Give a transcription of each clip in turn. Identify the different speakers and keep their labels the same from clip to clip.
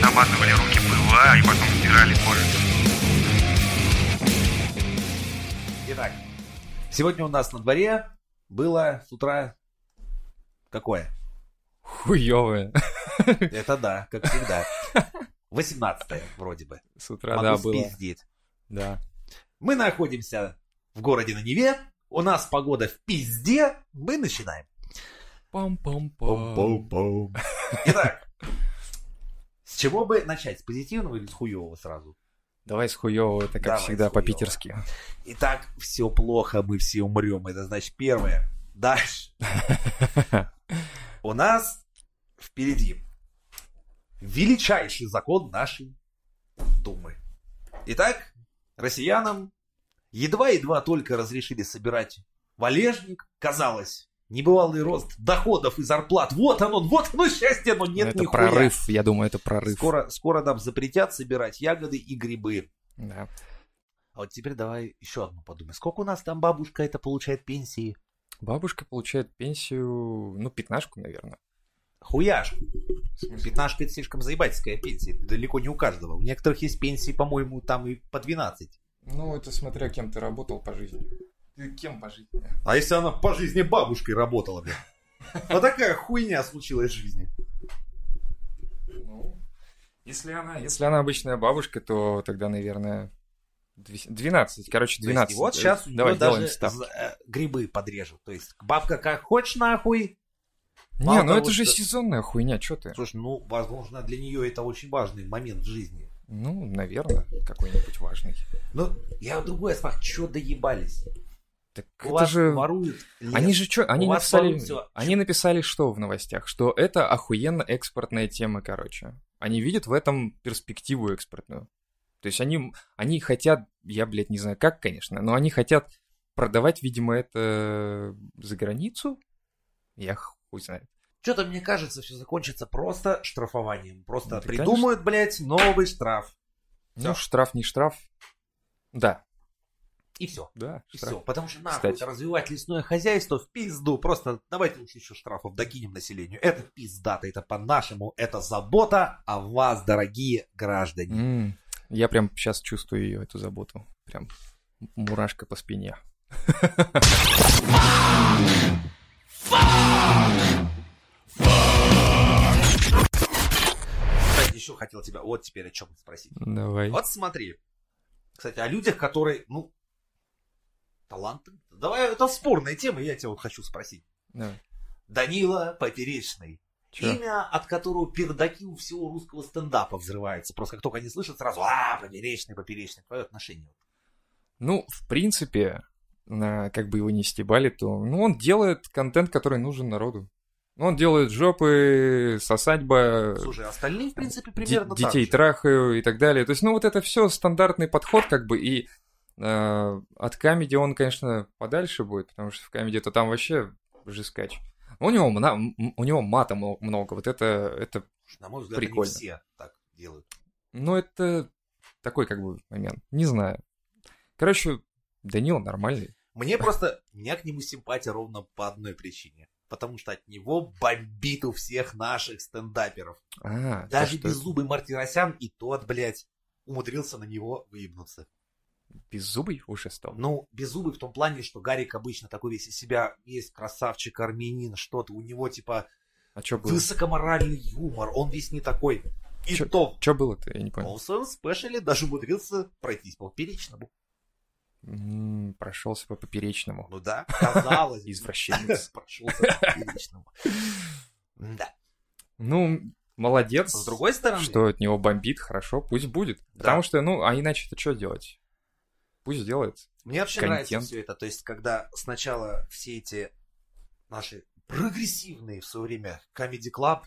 Speaker 1: намазывали руки пыла и потом стирали кожу.
Speaker 2: Итак, сегодня у нас на дворе было с утра какое?
Speaker 3: Хуёвое.
Speaker 2: Это да, как всегда. 18 вроде бы.
Speaker 3: С утра, да,
Speaker 2: Могу
Speaker 3: было.
Speaker 2: спиздить.
Speaker 3: Да.
Speaker 2: Мы находимся в городе на Неве. У нас погода в пизде. Мы начинаем.
Speaker 3: Пам-пам-пам.
Speaker 2: Итак, с чего бы начать? С позитивного или с хуевого сразу?
Speaker 3: Давай с хуёвого, это как
Speaker 2: Давай с
Speaker 3: всегда
Speaker 2: хуёвого.
Speaker 3: по-питерски.
Speaker 2: Итак, все плохо, мы все умрем. Это значит первое. Дальше. У нас впереди величайший закон нашей Думы. Итак, россиянам едва-едва только разрешили собирать валежник, казалось, небывалый рост доходов и зарплат. Вот оно, вот оно счастье, но нет
Speaker 3: Ну, это
Speaker 2: нихуя.
Speaker 3: прорыв, я думаю, это прорыв.
Speaker 2: Скоро, скоро нам запретят собирать ягоды и грибы.
Speaker 3: Да.
Speaker 2: А вот теперь давай еще одну подумай. Сколько у нас там бабушка это получает пенсии?
Speaker 3: Бабушка получает пенсию, ну, пятнашку, наверное.
Speaker 2: Хуяшку. Пятнашка это слишком заебательская пенсия. Это далеко не у каждого. У некоторых есть пенсии, по-моему, там и по 12.
Speaker 3: Ну, это смотря кем ты работал по жизни. Ты кем по жизни?
Speaker 2: А если она по жизни бабушкой работала, блин? Вот такая хуйня случилась в жизни.
Speaker 3: Ну, если она, если она обычная бабушка, то тогда, наверное, две- 12. Короче,
Speaker 2: То есть,
Speaker 3: 12.
Speaker 2: и вот сейчас у нее
Speaker 3: э, Давай
Speaker 2: даже
Speaker 3: сделаем ставку.
Speaker 2: за- э, грибы подрежут. То есть бабка как хочешь нахуй.
Speaker 3: Не,
Speaker 2: Мало
Speaker 3: ну
Speaker 2: того,
Speaker 3: это же
Speaker 2: что-
Speaker 3: сезонная хуйня, что ты?
Speaker 2: Слушай, ну, возможно, для нее это очень важный момент в жизни.
Speaker 3: Ну, наверное, какой-нибудь важный.
Speaker 2: Ну, я вот другое спрашиваю, что доебались?
Speaker 3: Так
Speaker 2: У
Speaker 3: это
Speaker 2: вас
Speaker 3: же...
Speaker 2: воруют лес.
Speaker 3: Они же что, они
Speaker 2: вас
Speaker 3: написали,
Speaker 2: воруют всё.
Speaker 3: они написали что в новостях? Что это охуенно экспортная тема, короче. Они видят в этом перспективу экспортную. То есть они, они хотят, я, блядь, не знаю как, конечно, но они хотят продавать, видимо, это за границу. Я хуй знает.
Speaker 2: Что-то мне кажется, все закончится просто штрафованием. Просто
Speaker 3: Ну, да,
Speaker 2: придумают, блядь, новый штраф.
Speaker 3: Ну, штраф не штраф. Да,
Speaker 2: И все.
Speaker 3: да,
Speaker 2: И
Speaker 3: штраф.
Speaker 2: все. Потому что нахуй
Speaker 3: Кстати.
Speaker 2: развивать лесное хозяйство в пизду. Просто давайте лучше еще штрафов докинем населению. Это пиздато, это по-нашему, это забота о вас, дорогие граждане.
Speaker 3: М, я прям сейчас чувствую ее, эту заботу. Прям мурашка по спине.
Speaker 2: Кстати, еще хотел тебя вот теперь о чем спросить.
Speaker 3: Давай.
Speaker 2: Вот смотри. Кстати, о людях, которые, ну, таланты. Давай, это спорная тема, я тебя вот хочу спросить.
Speaker 3: Давай.
Speaker 2: Данила Поперечный.
Speaker 3: Чё?
Speaker 2: Имя, от которого пердаки у всего русского стендапа взрываются. Просто как только они слышат, сразу «А, поперечный, поперечный». Твое отношение.
Speaker 3: Ну, в принципе, на- как бы его не стебали, то ну, он делает контент, который нужен народу. Ну, Он делает жопы, сосадьба,
Speaker 2: Слушай, остальные, в принципе,
Speaker 3: де-
Speaker 2: примерно так
Speaker 3: Э, детей
Speaker 2: же.
Speaker 3: трахаю и так далее. То есть, ну, вот это все стандартный подход, как бы, и э, от камеди он, конечно, подальше будет, потому что в камеди то там вообще жескач. У него, мна- м- у него мата мно- много, вот это, это,
Speaker 2: На мой взгляд,
Speaker 3: Прикольно.
Speaker 2: они все так делают.
Speaker 3: ну, это такой, как бы, момент. Не знаю. Короче, Данил нормальный.
Speaker 2: Мне просто, у меня к нему симпатия ровно по одной причине. Потому что от него бомбит у всех наших стендаперов.
Speaker 3: А, то,
Speaker 2: Даже
Speaker 3: что-
Speaker 2: беззубый Мартиросян и тот, блядь, умудрился на него выебнуться.
Speaker 3: Беззубый уже стал.
Speaker 2: Ну, беззубый в том плане, что Гарик обычно такой весь из себя есть красавчик, армянин, что-то. У него, типа,
Speaker 3: А чё было?
Speaker 2: высокоморальный юмор. Он весь не такой. И
Speaker 3: Чё-
Speaker 2: то,
Speaker 3: Чё было-то, я не понял.
Speaker 2: он в своем спешле даже умудрился пройтись по поперечному.
Speaker 3: Прошелся по поперечному.
Speaker 2: Ну да, казалось.
Speaker 3: Извращенец.
Speaker 2: Прошелся по поперечному. Да.
Speaker 3: Ну, молодец.
Speaker 2: С другой стороны,
Speaker 3: Что от него бомбит, хорошо, пусть будет.
Speaker 2: Да.
Speaker 3: Потому что, ну, а иначе-то что делать? Пусть делает.
Speaker 2: Мне вообще
Speaker 3: контент.
Speaker 2: нравится все это. То есть, когда сначала все эти наши прогрессивные в свое время Comedy Club,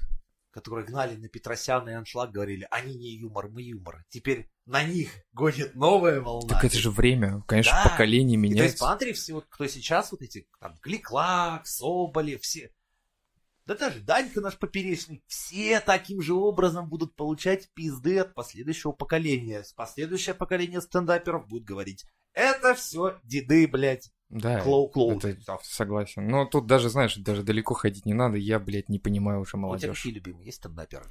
Speaker 2: которые гнали на Петросяна и Аншлаг, говорили, они не юмор, мы юмор. Теперь на них гонит новая волна.
Speaker 3: Так это же время, конечно,
Speaker 2: Да.
Speaker 3: поколение
Speaker 2: И то есть,
Speaker 3: меняется.
Speaker 2: посмотри, все, вот, кто сейчас, вот эти, там, Гликлак, Соболев, все, да даже Данька наш поперечный, все таким же образом будут получать пизды от последующего поколения. Последующее поколение стендаперов будет говорить, это все деды, блядь,
Speaker 3: Да,
Speaker 2: клоу-клоу.
Speaker 3: Э, это согласен. Но тут даже, знаешь, даже далеко
Speaker 2: Ну,
Speaker 3: ходить не надо. Я, блядь, не понимаю уже
Speaker 2: У тебя
Speaker 3: молодежь.
Speaker 2: какие любимые есть стендаперы?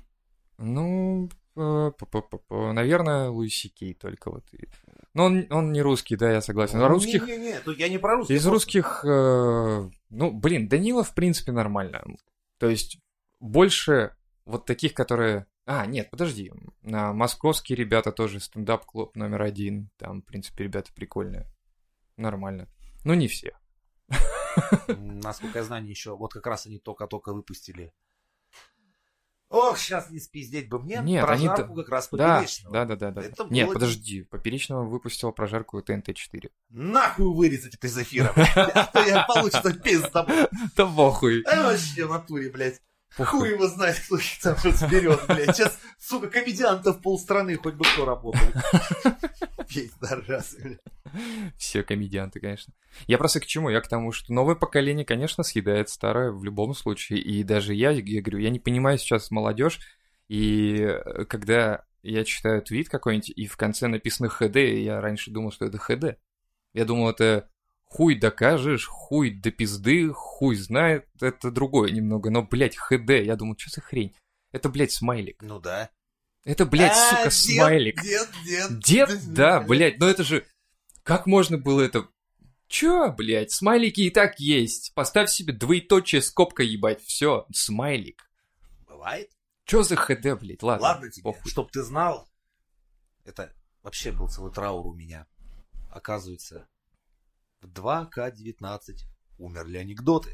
Speaker 3: Ну, э, Э, пу-пу-пу-пу. Наверное, Луиси Кей только вот. И- Но он, он не русский, да, я согласен.
Speaker 2: Ну,
Speaker 3: А русских
Speaker 2: Не-не-не, тут я не про русских.
Speaker 3: Из русских, э, ну, блин, Данила, в принципе, нормально. То есть больше вот таких, которые... А, нет, подожди. На московские ребята тоже стендап-клуб номер один. Там, в принципе, ребята прикольные. Нормально. Ну, не все.
Speaker 2: М, Насколько я знаю, еще вот как раз они только-только выпустили. Ох, сейчас не спиздеть бы мне.
Speaker 3: Нет,
Speaker 2: про
Speaker 3: они
Speaker 2: жарку
Speaker 3: д-
Speaker 2: как раз
Speaker 3: Да,
Speaker 2: поперечного.
Speaker 3: да, да, да. да.
Speaker 2: Это
Speaker 3: Нет,
Speaker 2: было-
Speaker 3: подожди. Поперечного выпустила прожарку ТНТ-4.
Speaker 2: Нахуй вырезать это из эфира, блядь, а то я получится пизд с тобой.
Speaker 3: Да похуй.
Speaker 2: А вообще в натуре, блядь.
Speaker 3: Похуй.
Speaker 2: Хуй его знает, кто их там разберет, блядь. Сейчас, сука, комедиантов полстраны хоть бы кто работал. Пизда раз, блядь.
Speaker 3: Все комедианты, конечно. Я просто к чему? Я к тому, что новое поколение, конечно, съедает старое в любом случае. И даже я, я говорю, я не понимаю сейчас молодежь. И э, когда я читаю твит какой-нибудь, и в конце написано ХД, я раньше думал, что это ХД. Я думал, это хуй докажешь, хуй до пизды, хуй знает, это другое немного. Но, блядь, ХД, я думал, что за хрень? Это, блядь, смайлик.
Speaker 2: Ну да.
Speaker 3: Это, блядь,
Speaker 2: А,
Speaker 3: сука,
Speaker 2: дед,
Speaker 3: смайлик.
Speaker 2: Дед, дед.
Speaker 3: Дед, да, блядь, но это же... Как можно было это... Чё, блядь, смайлики и так есть. Поставь себе двоеточие, скобка, ебать, все, смайлик.
Speaker 2: Бывает.
Speaker 3: Чё за хд, блядь, ладно.
Speaker 2: Ладно тебе,
Speaker 3: похуй.
Speaker 2: чтоб ты знал, это вообще был целый траур у меня. Оказывается, в 2К19 умерли анекдоты.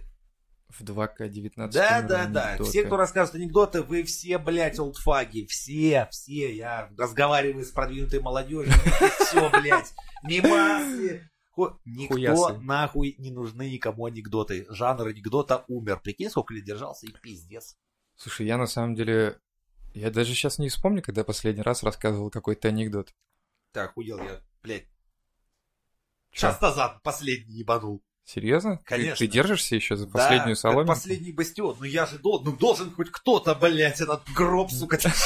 Speaker 3: В 2К19.
Speaker 2: Да,
Speaker 3: номер
Speaker 2: да, да.
Speaker 3: анекдота.
Speaker 2: Все, кто рассказывает анекдоты, вы все, блядь, олдфаги. Все, все. Я разговариваю с продвинутой молодежью. Все, блядь. Мимасы. Хо- Никто
Speaker 3: Хуясы.
Speaker 2: нахуй не нужны никому анекдоты. Жанр анекдота умер. Прикинь, сколько лет держался и пиздец.
Speaker 3: Слушай, я на самом деле... Я даже сейчас не вспомню, когда последний раз рассказывал какой-то анекдот.
Speaker 2: Так, хуел я, блядь.
Speaker 3: Чё?
Speaker 2: Час назад последний ебанул.
Speaker 3: Серьезно? Ты-
Speaker 2: Конечно.
Speaker 3: Ты, держишься еще за
Speaker 2: Да,
Speaker 3: последнюю
Speaker 2: как
Speaker 3: соломинку?
Speaker 2: последний бастион. Ну я же должен, ну должен хоть кто-то, блядь, этот гроб, сука, тащить.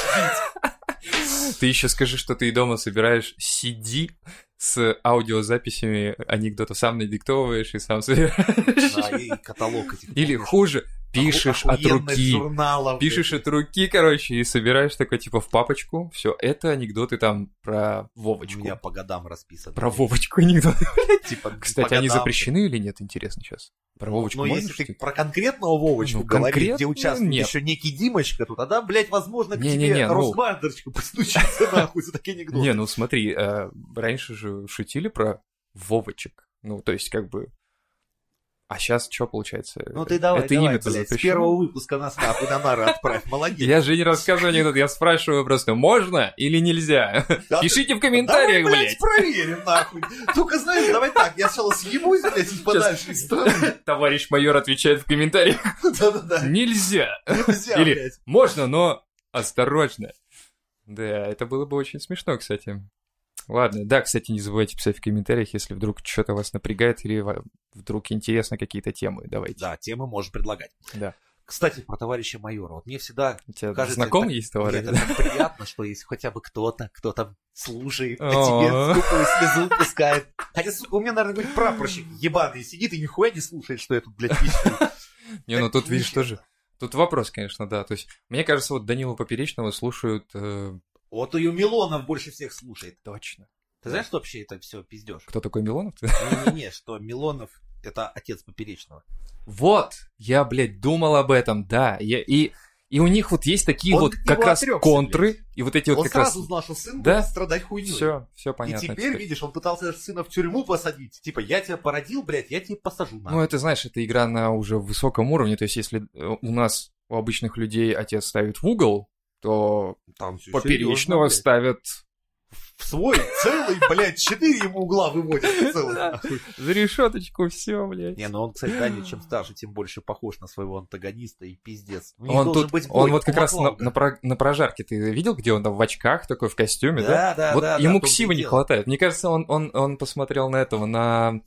Speaker 3: Ты еще скажи, что ты и дома собираешь CD с аудиозаписями анекдотов, сам надиктовываешь и сам собираешь.
Speaker 2: Да, и каталог этих.
Speaker 3: Или
Speaker 2: помнишь,
Speaker 3: хуже, пишешь от
Speaker 2: охуенных
Speaker 3: руки.
Speaker 2: журналов.
Speaker 3: Пишешь от руки, короче, и собираешь такой, типа, в папочку. Все, это анекдоты там про
Speaker 2: У
Speaker 3: Вовочку.
Speaker 2: меня по годам расписано.
Speaker 3: Про Вовочку анекдоты.
Speaker 2: Типа,
Speaker 3: Кстати,
Speaker 2: по
Speaker 3: они
Speaker 2: годам.
Speaker 3: запрещены или нет, интересно сейчас? Про Вовочку
Speaker 2: Но
Speaker 3: можно
Speaker 2: Ну, если ты
Speaker 3: шутить?
Speaker 2: про конкретного Вовочку
Speaker 3: Ну,
Speaker 2: говоришь, где
Speaker 3: конкретно
Speaker 2: участвует
Speaker 3: нет.
Speaker 2: еще некий Димочка, то тогда, блядь, возможно, к
Speaker 3: Не-не-не,
Speaker 2: тебе
Speaker 3: ну.
Speaker 2: Росгвардерчик постучится нахуй за такие анекдоты.
Speaker 3: Не, ну смотри, э, раньше же шутили про Вовочек. Ну, то есть, как бы... А сейчас что получается?
Speaker 2: Ну ты давай,
Speaker 3: Это
Speaker 2: давай,
Speaker 3: имя-то
Speaker 2: блядь, с
Speaker 3: запрещено?
Speaker 2: первого выпуска нас нахуй на нары отправь, молодец.
Speaker 3: Я же не рассказываю анекдот, я спрашиваю просто, можно или нельзя?
Speaker 2: Да А ты-
Speaker 3: Пишите в комментариях,
Speaker 2: Давай,
Speaker 3: блядь.
Speaker 2: проверим, нахуй. Только знаешь, давай так, я сначала съебусь, блядь, из подальше из страны.
Speaker 3: Товарищ майор отвечает в комментариях.
Speaker 2: Да-да-да,
Speaker 3: Нельзя.
Speaker 2: нельзя,
Speaker 3: Или-
Speaker 2: блядь.
Speaker 3: Можно, но осторожно. Да, это было бы очень смешно, кстати. Ладно, да, кстати, не забывайте писать в комментариях, если вдруг что-то вас напрягает или ва- вдруг интересно какие-то темы. Давайте.
Speaker 2: Да, темы можешь предлагать.
Speaker 3: Да.
Speaker 2: Кстати, про товарища майора. Вот мне всегда
Speaker 3: У тебя
Speaker 2: Кажется,
Speaker 3: знаком
Speaker 2: так-
Speaker 3: есть
Speaker 2: мне
Speaker 3: товарищ?
Speaker 2: это так приятно, что есть хотя бы кто-то, кто там служит, на
Speaker 3: О.
Speaker 2: тебе скупую слезу пускает. Хотя, сука, у меня, наверное, будет прапорщик ебаный сидит и нихуя не слушает, что я тут, блядь, пищу.
Speaker 3: Не, ну
Speaker 2: Так
Speaker 3: тут, видишь,
Speaker 2: нечестно.
Speaker 3: тоже... Тут вопрос, конечно, да. То есть, мне кажется, вот Данила Поперечного слушают... э,
Speaker 2: Вот ее Милонов больше всех слушает.
Speaker 3: точно.
Speaker 2: Ты знаешь, что вообще это все пиздешь?
Speaker 3: Кто такой Милонов?
Speaker 2: Не-не-не, что Милонов это отец Поперечного.
Speaker 3: Вот, я, блядь, думал об этом, да. Я- и, и у них вот есть такие
Speaker 2: Он
Speaker 3: вот
Speaker 2: от
Speaker 3: как
Speaker 2: него
Speaker 3: раз
Speaker 2: отрёкся,
Speaker 3: контры, и вот эти вот
Speaker 2: Он
Speaker 3: как
Speaker 2: сразу
Speaker 3: раз...
Speaker 2: узнал, что сын
Speaker 3: Да?
Speaker 2: будет страдать хуйней.
Speaker 3: Все, все понятно.
Speaker 2: и теперь,
Speaker 3: теперь.
Speaker 2: видишь, он пытался сына в тюрьму посадить. Типа, я тебя породил, блядь, я тебя посажу.
Speaker 3: Ну,
Speaker 2: нахуй.
Speaker 3: это, знаешь, это игра на уже высоком уровне. То есть, если э, у нас, у обычных людей, отец ставит в угол, то
Speaker 2: Там всё серьёзно,
Speaker 3: поперечного ставят...
Speaker 2: блядь. В свой целый, блядь, четыре ему угла выводят целых. нахуй.
Speaker 3: За решеточку все, блядь.
Speaker 2: Не, ну он, кстати, Даня, чем старше, тем больше похож на своего антагониста и пиздец. У них
Speaker 3: Он
Speaker 2: должен
Speaker 3: тут,
Speaker 2: быть бой,
Speaker 3: он вот как раз на,
Speaker 2: кулак-лауга.
Speaker 3: на про- на прожарке, ты видел, где он там в очках такой, в костюме, да?
Speaker 2: Да, да,
Speaker 3: вот
Speaker 2: да.
Speaker 3: ему
Speaker 2: да, в том-то
Speaker 3: ксива
Speaker 2: и
Speaker 3: не
Speaker 2: дело.
Speaker 3: хватает. Мне кажется, он, он, он посмотрел на этого, на...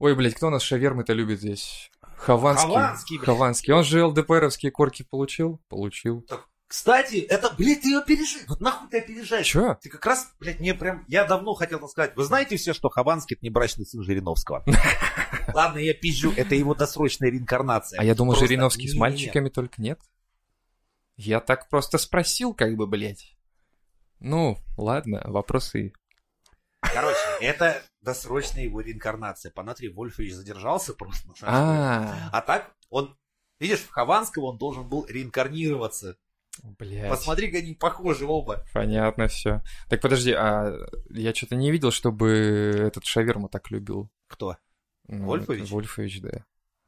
Speaker 3: Ой, блядь, кто у нас шавермы-то любит здесь? Хованский.
Speaker 2: Хованский, блядь.
Speaker 3: Хованский. Он же ЛДПРовские корки получил? Получил.
Speaker 2: Кстати, это, блядь, ты его опережаешь. Вот нахуй ты опережаешь?
Speaker 3: Чё?
Speaker 2: Ты как раз, блядь, мне прям... Я давно хотел так сказать. Вы знаете все, что Хованский — это не брачный сын Жириновского? Ладно, я пизжу. Это его досрочная реинкарнация.
Speaker 3: А я думал,
Speaker 2: Просто
Speaker 3: Жириновский с
Speaker 2: не-не-не.
Speaker 3: мальчиками только нет. Я так просто спросил, как бы, блядь. Ну, ладно, вопросы.
Speaker 2: Короче, это досрочная его реинкарнация. Панатрий Вольфович задержался просто. на самом деле.
Speaker 3: А,
Speaker 2: А так он, видишь, в Хованского он должен был реинкарнироваться.
Speaker 3: блядь.
Speaker 2: Посмотри, как они похожи оба.
Speaker 3: Понятно все. Так подожди, а я что-то не видел, чтобы этот шаверму так любил.
Speaker 2: Кто?
Speaker 3: Ну,
Speaker 2: Вольфович?
Speaker 3: это Вольфович, да.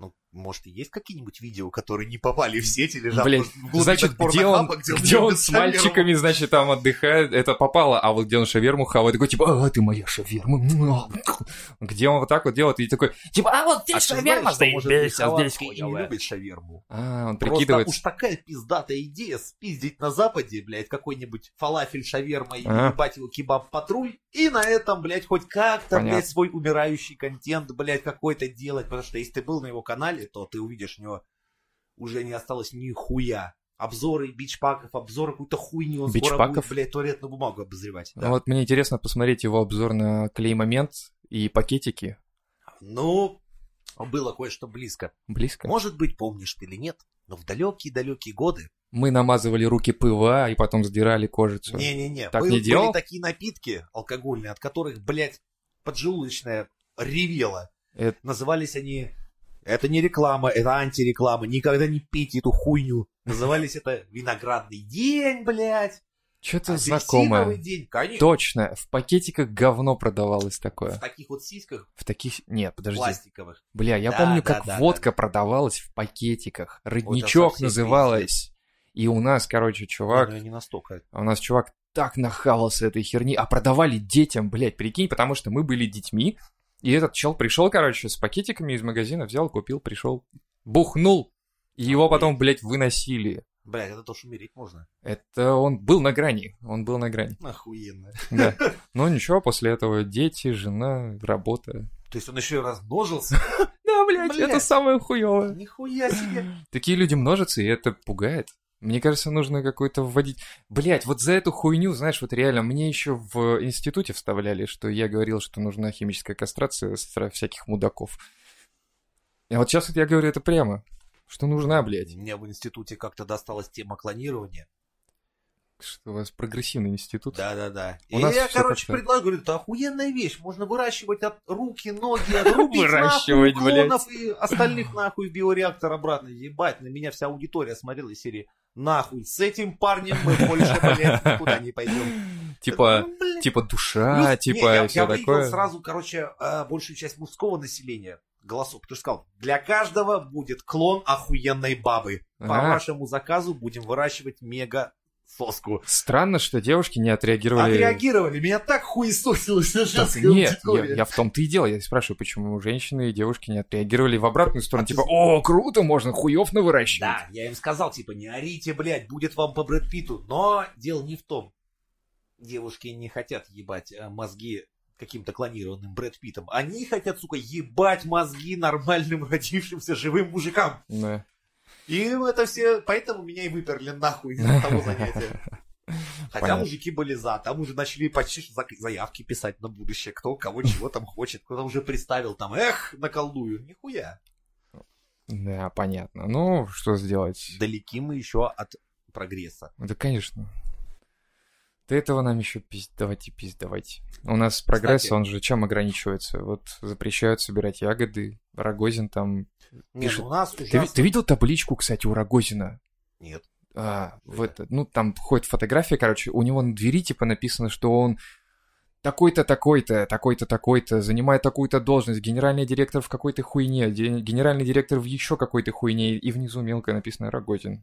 Speaker 2: Ну, может, и есть какие-нибудь видео, которые не попали в сеть или лежат
Speaker 3: Блин,
Speaker 2: может, в глубинах
Speaker 3: Значит, где он,
Speaker 2: порнохаба,
Speaker 3: где,
Speaker 2: любит
Speaker 3: он с
Speaker 2: шаверму?
Speaker 3: мальчиками, значит, там отдыхает, это попало, а вот где он шаверму хавает, такой, типа, а, ты моя шаверма. муа». Где он вот так вот делает, и такой, типа, а вот
Speaker 2: А
Speaker 3: здесь
Speaker 2: ты
Speaker 3: шаверма,
Speaker 2: знаешь, что,
Speaker 3: здесь,
Speaker 2: может,
Speaker 3: здесь, а
Speaker 2: Михалков
Speaker 3: здесь
Speaker 2: и не
Speaker 3: хуёвая».
Speaker 2: любит шаверму.
Speaker 3: А, он
Speaker 2: Просто
Speaker 3: прикидывается.
Speaker 2: уж такая пиздатая идея спиздить на Западе, блядь, какой-нибудь фалафель шаверма и
Speaker 3: А.
Speaker 2: ебать его кебаб-патруль, и на этом, блядь, хоть как-то,
Speaker 3: Понятно.
Speaker 2: блядь, свой умирающий контент, блядь, какой-то делать, потому что если ты был на его канале, то ты увидишь, у него уже не осталось нихуя. Обзоры бичпаков, обзоры какой-то хуйни, он скоро
Speaker 3: Бичпаков?
Speaker 2: будет, блядь, туалетную бумагу обозревать.
Speaker 3: Ну
Speaker 2: да.
Speaker 3: Вот мне интересно посмотреть его обзор на клей-момент и пакетики.
Speaker 2: Ну, было кое-что близко.
Speaker 3: Близко.
Speaker 2: Может быть, помнишь ты или нет, но в далекие-далекие годы
Speaker 3: Мы намазывали руки ПВА и потом сдирали кожицу.
Speaker 2: Не-не-не,
Speaker 3: Так
Speaker 2: были,
Speaker 3: не
Speaker 2: были
Speaker 3: делал?
Speaker 2: такие напитки алкогольные, от которых, блядь, поджелудочная ревела.
Speaker 3: Это-
Speaker 2: Назывались они... Это не реклама, это антиреклама. Никогда не пейте эту хуйню. Назывались это виноградный день, блядь.
Speaker 3: Что-то
Speaker 2: апельсиновый
Speaker 3: знакомое.
Speaker 2: день. Конечно.
Speaker 3: Точно, в пакетиках говно продавалось
Speaker 2: В
Speaker 3: такое.
Speaker 2: таких вот сиськах
Speaker 3: В таких... Нет, подожди.
Speaker 2: пластиковых.
Speaker 3: Бля, я
Speaker 2: Да,
Speaker 3: помню,
Speaker 2: да,
Speaker 3: как
Speaker 2: да,
Speaker 3: водка продавалась в пакетиках. Родничок
Speaker 2: совсем
Speaker 3: называлась. И у нас, короче, чувак...
Speaker 2: Ну, не настолько.
Speaker 3: У нас чувак так нахавался этой херни, а продавали детям, блядь, прикинь, потому что мы были детьми, и этот чел пришел, короче, с пакетиками из магазина, взял, купил, пришел, бухнул, и его потом, блядь, выносили.
Speaker 2: Блядь, это тоже умереть можно.
Speaker 3: Это он был на грани, он был на грани,
Speaker 2: Охуенно.
Speaker 3: да. Но ничего, после этого дети, жена, работа.
Speaker 2: То есть он еще и размножился?
Speaker 3: Да, блядь, это
Speaker 2: Блядь.
Speaker 3: самое хуевое.
Speaker 2: Нихуя себе.
Speaker 3: Такие люди множатся, и это пугает. Мне кажется, нужно какой-то вводить... Блять, вот за эту хуйню, знаешь, вот реально, мне еще в институте вставляли, что я говорил, что нужна химическая кастрация со всяких мудаков. А вот сейчас вот я говорю это прямо, что нужна, блядь.
Speaker 2: Мне в институте как-то досталась тема клонирования.
Speaker 3: Что у вас прогрессивный институт.
Speaker 2: Да, да, да.
Speaker 3: У
Speaker 2: и
Speaker 3: нас
Speaker 2: я,
Speaker 3: всё
Speaker 2: короче,
Speaker 3: как-то-
Speaker 2: предложил, говорю, это охуенная вещь. Можно выращивать от руки, ноги, отрубить
Speaker 3: Выращивать,
Speaker 2: нахуй клонов и остальных нахуй в биореактор обратно. Ебать, на меня вся аудитория смотрела из серии нахуй. С этим парнем мы больше, блядь, никуда не Ну, пойдем.
Speaker 3: Типа, типа душа, типа
Speaker 2: я,
Speaker 3: все
Speaker 2: я выявил
Speaker 3: такое.
Speaker 2: сразу, короче, э, большую часть мужского населения голосов, потому что сказал, для каждого будет клон охуенной бабы. По
Speaker 3: А.
Speaker 2: вашему заказу будем выращивать мега соску.
Speaker 3: Странно, что девушки не отреагировали.
Speaker 2: Отреагировали. Меня так хуесосило вся
Speaker 3: Да
Speaker 2: женская
Speaker 3: нет, я,
Speaker 2: аудитория.
Speaker 3: я в том-то и дело. Я спрашиваю, почему женщины и девушки не отреагировали в обратную сторону. Типа, о, круто, можно хуев навыращивать.
Speaker 2: Да, я им сказал, типа, не орите, блядь, будет вам по Брэд Питу. Но дело не в том. Девушки не хотят ебать э, мозги каким-то клонированным Брэд Питом. Они хотят, сука, ебать мозги нормальным родившимся живым мужикам.
Speaker 3: Да.
Speaker 2: И это все... Поэтому меня и выперли нахуй из того занятия. Хотя
Speaker 3: Понятно.
Speaker 2: мужики были за, там уже начали почти что зак- заявки писать на будущее, кто кого чего там хочет, кто там уже приставил, там, эх, наколдую, нихуя.
Speaker 3: Да, понятно. Ну, что сделать?
Speaker 2: Далеки мы еще от прогресса.
Speaker 3: Да, конечно. До этого нам еще пиздавать и пиздавать. У нас прогресс,
Speaker 2: Кстати.
Speaker 3: он же чем ограничивается? Вот запрещают собирать ягоды. Рогозин там...
Speaker 2: Не,
Speaker 3: Пишет,
Speaker 2: ну у нас
Speaker 3: Ты, ви-
Speaker 2: ужасно...
Speaker 3: ты видел табличку, кстати, у Рогозина?
Speaker 2: Нет.
Speaker 3: А, в
Speaker 2: Что это?
Speaker 3: это, ну, там ходит фотография, короче, у него на двери, типа, написано, что он такой-то, такой-то, такой-то, такой-то, занимает такую-то должность, генеральный директор в какой-то хуйне, де- генеральный директор в еще какой-то хуйне, и внизу мелко написано Рогозин.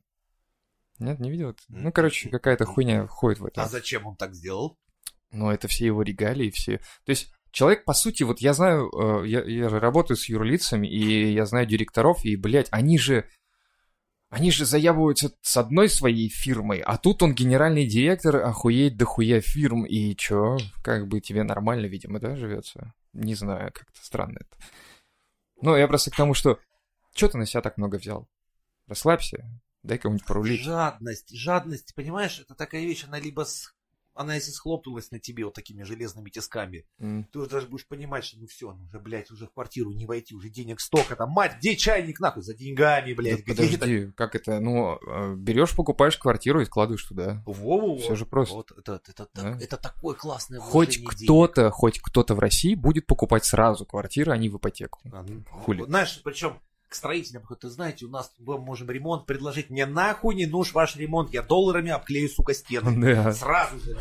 Speaker 3: Нет, не видел? это? Ну, короче, какая-то хуйня входит в это.
Speaker 2: А зачем он так сделал?
Speaker 3: Но это все его регалии, все. То есть человек, по сути, вот я знаю, э, я, я же работаю с юрлицами, и я знаю директоров, и, блядь, они же... Они же заябываются с одной своей фирмой, а тут он генеральный директор, охуеть дохуя фирм, и чё? Как бы тебе нормально, видимо, да, живется? Не знаю, как-то странно это. Ну, я просто к тому, что... Чё ты на себя так много взял? Расслабься, дай кому-нибудь порулить.
Speaker 2: Жадность, жадность, понимаешь, это такая вещь, она либо с- она если схлопнулась на тебе вот такими железными тисками,
Speaker 3: М.
Speaker 2: ты уже даже будешь понимать, что ну все, ну уже, блядь, уже в квартиру не войти, уже денег столько, там, мать, где чайник, нахуй, за деньгами, блядь,
Speaker 3: Да
Speaker 2: где это?
Speaker 3: подожди, как это? Ну, э, берешь, покупаешь квартиру и складываешь туда.
Speaker 2: Во-во-во.
Speaker 3: Все же просто.
Speaker 2: Вот это, это, так-
Speaker 3: Да.
Speaker 2: это такое классное вложение
Speaker 3: Хоть
Speaker 2: денег.
Speaker 3: кто-то, хоть кто-то в России будет покупать сразу квартиры, а не в ипотеку.
Speaker 2: А, ну,
Speaker 3: Хули.
Speaker 2: вот Знаешь, причем к строителям, ты знаете, у нас мы можем ремонт предложить. Мне нахуй не нужен ваш ремонт, я долларами обклею, сука, стены.
Speaker 3: Да.
Speaker 2: Сразу же.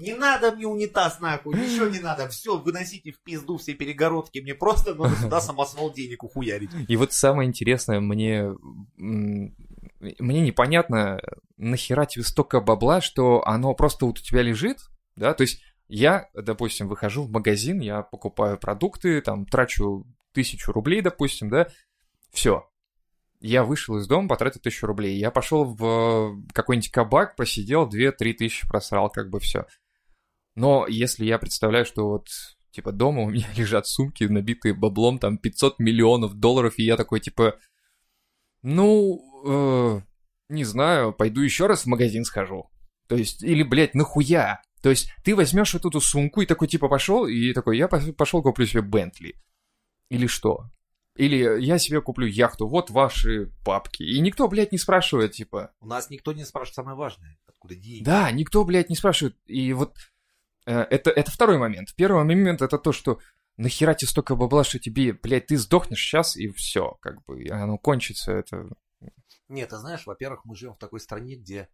Speaker 2: Не, не надо мне унитаз, нахуй, ничего не надо. Все, выносите в пизду все перегородки. Мне просто надо сюда самосвал денег ухуярить.
Speaker 3: И вот самое интересное, мне, м, мне непонятно, нахера тебе столько бабла, что оно просто вот у тебя лежит, да, то есть я, допустим, выхожу в магазин, я покупаю продукты, там, трачу тысячу рублей, допустим, да, все. Я вышел из дома, потратил тысячу рублей. Я пошел в э, какой-нибудь кабак, посидел, 2-3 тысячи просрал, как бы все. Но если я представляю, что вот типа дома у меня лежат сумки, набитые баблом, там 500 миллионов долларов, и я такой типа, ну, э, не знаю, пойду еще раз в магазин схожу. То есть, или, блядь, нахуя? То есть, ты возьмешь вот эту сумку и такой типа пошел, и такой, я пос- пошел куплю себе Бентли. Или что? Или я себе куплю яхту, вот ваши папки. И никто, блядь, не спрашивает, типа,
Speaker 2: У нас никто не спрашивает самое важное, откуда деньги.
Speaker 3: да, никто, блядь, не спрашивает. И вот э, это, это второй момент. Первый момент это то, что нахера тебе столько бабла, что тебе, блядь, ты сдохнешь сейчас и все, как бы, и оно кончится, это...
Speaker 2: Нет, ты знаешь, во-первых, мы живем в такой стране, где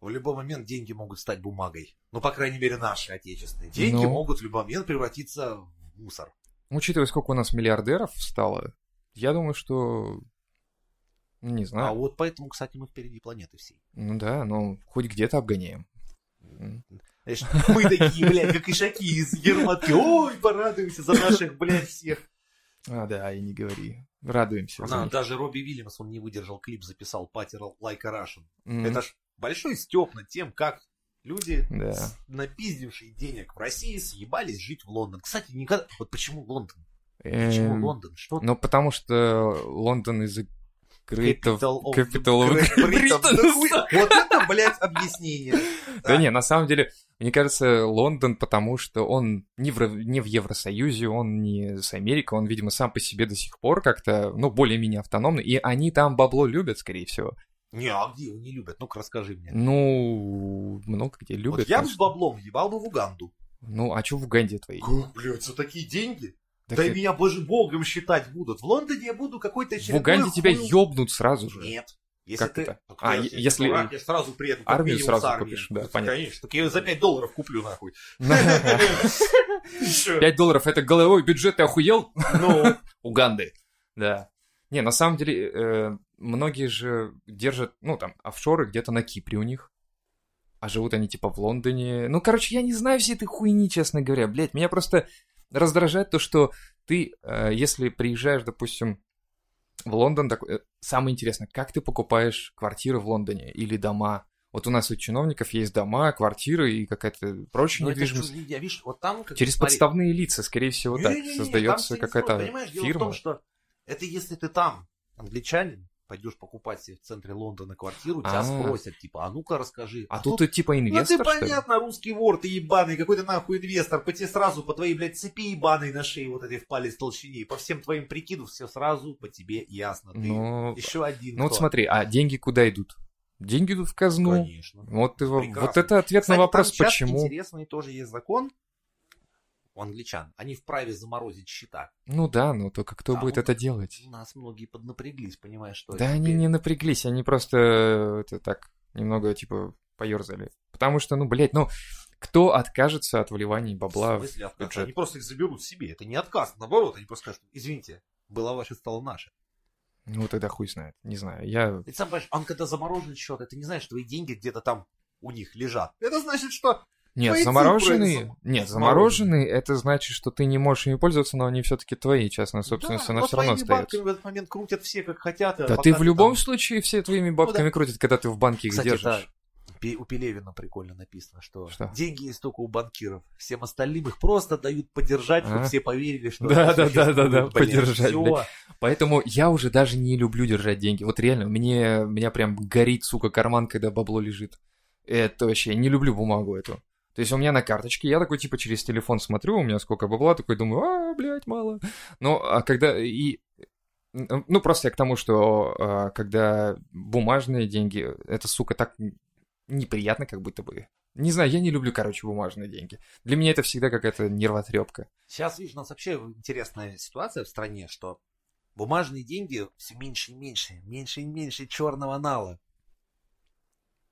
Speaker 2: в любой момент деньги могут стать бумагой. Ну, по крайней мере, наши отечественные. Деньги
Speaker 3: Ну.
Speaker 2: могут в любой момент превратиться в мусор.
Speaker 3: Учитывая, сколько у нас миллиардеров стало, я думаю, что... Не
Speaker 2: А
Speaker 3: знаю.
Speaker 2: вот поэтому, кстати, мы впереди планеты всей.
Speaker 3: Ну да, ну хоть где-то обгоняем.
Speaker 2: Знаешь, мы такие, блядь, как ишаки из Ерматы. Ой, порадуемся за наших, блядь, всех.
Speaker 3: А, да, и не говори. Радуемся. за
Speaker 2: Да,
Speaker 3: них.
Speaker 2: даже Робби Вильямс, он не выдержал клип, записал Патер Лайка Рашен.
Speaker 3: М,
Speaker 2: Это ж большой степ над тем, как люди,
Speaker 3: Да.
Speaker 2: с- напиздившие денег в России, съебались жить в Лондон. Кстати, никогда... Вот почему Лондон? Почему
Speaker 3: эм,
Speaker 2: Лондон? Что
Speaker 3: Ну потому что Лондон из-за Great
Speaker 2: Capital of
Speaker 3: Capital of
Speaker 2: Great Britain. Да хуй- Вот это, блядь, объяснение.
Speaker 3: Да не, на самом деле, мне кажется, Лондон, потому что он не в, Ро- не в Евросоюзе, он не с Америкой, он, видимо, сам по себе до сих пор как-то, ну, более-менее автономный, и они там бабло любят, скорее всего.
Speaker 2: Не, а где его не любят? Ну-ка, расскажи мне.
Speaker 3: Ну, много где любят.
Speaker 2: Вот я бы с
Speaker 3: конечно.
Speaker 2: баблом ебал бы в Уганду.
Speaker 3: Ну, а чё в Уганде твои?
Speaker 2: Как, блядь, за такие деньги?
Speaker 3: Так э,
Speaker 2: да
Speaker 3: и-
Speaker 2: меня боже богом считать будут. В Лондоне я буду какой-то
Speaker 3: в Уганде тебя
Speaker 2: ебут
Speaker 3: ёбнут сразу же.
Speaker 2: Нет. Если
Speaker 3: Как
Speaker 2: ты...
Speaker 3: это?
Speaker 2: Так
Speaker 3: А,
Speaker 2: я-
Speaker 3: е-
Speaker 2: я
Speaker 3: если-
Speaker 2: дурак, я сразу приеду. как
Speaker 3: Армию
Speaker 2: минимум,
Speaker 3: сразу
Speaker 2: с армией.
Speaker 3: купишь, да,
Speaker 2: Ну,
Speaker 3: понятно.
Speaker 2: Конечно, так я ее за 5 долларов куплю, нахуй. Ещё.
Speaker 3: 5 долларов — это головой бюджет, ты охуел?
Speaker 2: Ну,
Speaker 3: Уганды. Да. Не, на самом деле, э, многие же держат, ну, там, офшоры где-то на Кипре у них. А живут они типа в Лондоне. Ну, короче, я не знаю всей этой хуйни, честно говоря. Блять, меня просто раздражает то, что ты, э, если приезжаешь, допустим, в Лондон, такой, э, самое интересное, как ты покупаешь квартиры в Лондоне или дома? Вот у нас у чиновников есть дома, квартиры и какая-то прочая
Speaker 2: ну, это
Speaker 3: недвижимость.
Speaker 2: чужие, я вижу, вот там... как бы,
Speaker 3: Через
Speaker 2: смотри,
Speaker 3: подставные лица, скорее всего, так
Speaker 2: Не-не-не, там
Speaker 3: создается
Speaker 2: все не сложно.
Speaker 3: какая-то
Speaker 2: Понимаешь, дело в
Speaker 3: фирма.
Speaker 2: том, что это если ты там, англичанин, пойдешь покупать себе в центре Лондона квартиру, тебя
Speaker 3: А.
Speaker 2: спросят, типа, а ну-ка расскажи.
Speaker 3: А тут ты типа
Speaker 2: Ну
Speaker 3: инвестор,
Speaker 2: ты
Speaker 3: что ли?
Speaker 2: понятно, русский вор, ты ебаный, какой ты нахуй инвестор, по тебе сразу, по твоей, блядь, цепи ебаной на шее вот этой в палец толщине, по всем твоим прикиду, все сразу по тебе ясно. Ты
Speaker 3: Ну,
Speaker 2: еще один.
Speaker 3: ну вот
Speaker 2: кто.
Speaker 3: смотри, а деньги куда идут? Деньги идут в казну.
Speaker 2: Конечно.
Speaker 3: Вот, его-
Speaker 2: Прекрасно.
Speaker 3: вот это ответ
Speaker 2: Кстати,
Speaker 3: на вопрос,
Speaker 2: там сейчас
Speaker 3: почему.
Speaker 2: интересный тоже есть закон у англичан. Они вправе заморозить счета.
Speaker 3: Ну да, ну только кто
Speaker 2: А
Speaker 3: будет
Speaker 2: вот-
Speaker 3: это делать?
Speaker 2: У нас многие поднапряглись, понимаешь, что
Speaker 3: Да
Speaker 2: это
Speaker 3: они
Speaker 2: теперь.
Speaker 3: не напряглись, они просто э, это так немного типа поерзали. Потому что, ну, блядь, ну кто откажется от вливания бабла?
Speaker 2: В
Speaker 3: в-
Speaker 2: смысле отказ?
Speaker 3: бюджет.
Speaker 2: Они просто их заберут себе. Это не отказ, наоборот, они просто скажут, извините, была ваша, стала наша.
Speaker 3: Ну тогда хуй знает, не знаю. Я
Speaker 2: Ты сам понимаешь, он когда заморожен счет, это не значит, что твои деньги где-то там у них лежат. Это значит, что
Speaker 3: Нет,
Speaker 2: Бойцы
Speaker 3: замороженные.
Speaker 2: пройдутся. Замороженные.
Speaker 3: Нет, замороженные это значит, что ты не можешь ими пользоваться, но они все-таки твои частная собственность,
Speaker 2: Да,
Speaker 3: она
Speaker 2: вот
Speaker 3: все равно
Speaker 2: своими
Speaker 3: остается.
Speaker 2: бабками в этот момент крутят все, как хотят. а
Speaker 3: Да
Speaker 2: пока
Speaker 3: ты в любом
Speaker 2: там- Ну
Speaker 3: случае все твоими бабками крутят, когда ты в банке их
Speaker 2: Кстати,
Speaker 3: держишь.
Speaker 2: да, Пе- у Пелевина прикольно написано, что,
Speaker 3: Что?
Speaker 2: деньги есть только у банкиров. Всем остальным их просто дают подержать, чтобы
Speaker 3: А.
Speaker 2: все поверили, что...
Speaker 3: Да,
Speaker 2: это
Speaker 3: да, да,
Speaker 2: существует,
Speaker 3: да, да,
Speaker 2: блядь,
Speaker 3: подержать,
Speaker 2: всё.
Speaker 3: блядь. Поэтому я уже даже не люблю держать деньги. Вот реально, мне, меня прям горит, сука, карман, когда бабло лежит. Это вообще, я не люблю бумагу эту. То есть у меня на карточке, я такой, типа, через телефон смотрю, у меня сколько бабла, такой думаю, а, блядь, мало. Ну, а когда и... Ну, просто я к тому, что а, когда бумажные деньги, это, сука, так неприятно как будто бы. Не знаю, я не люблю, короче, бумажные деньги. Для меня это всегда какая-то нервотрепка.
Speaker 2: Сейчас, видишь, у нас вообще интересная ситуация в стране, что бумажные деньги все меньше и меньше, меньше и меньше черного нала.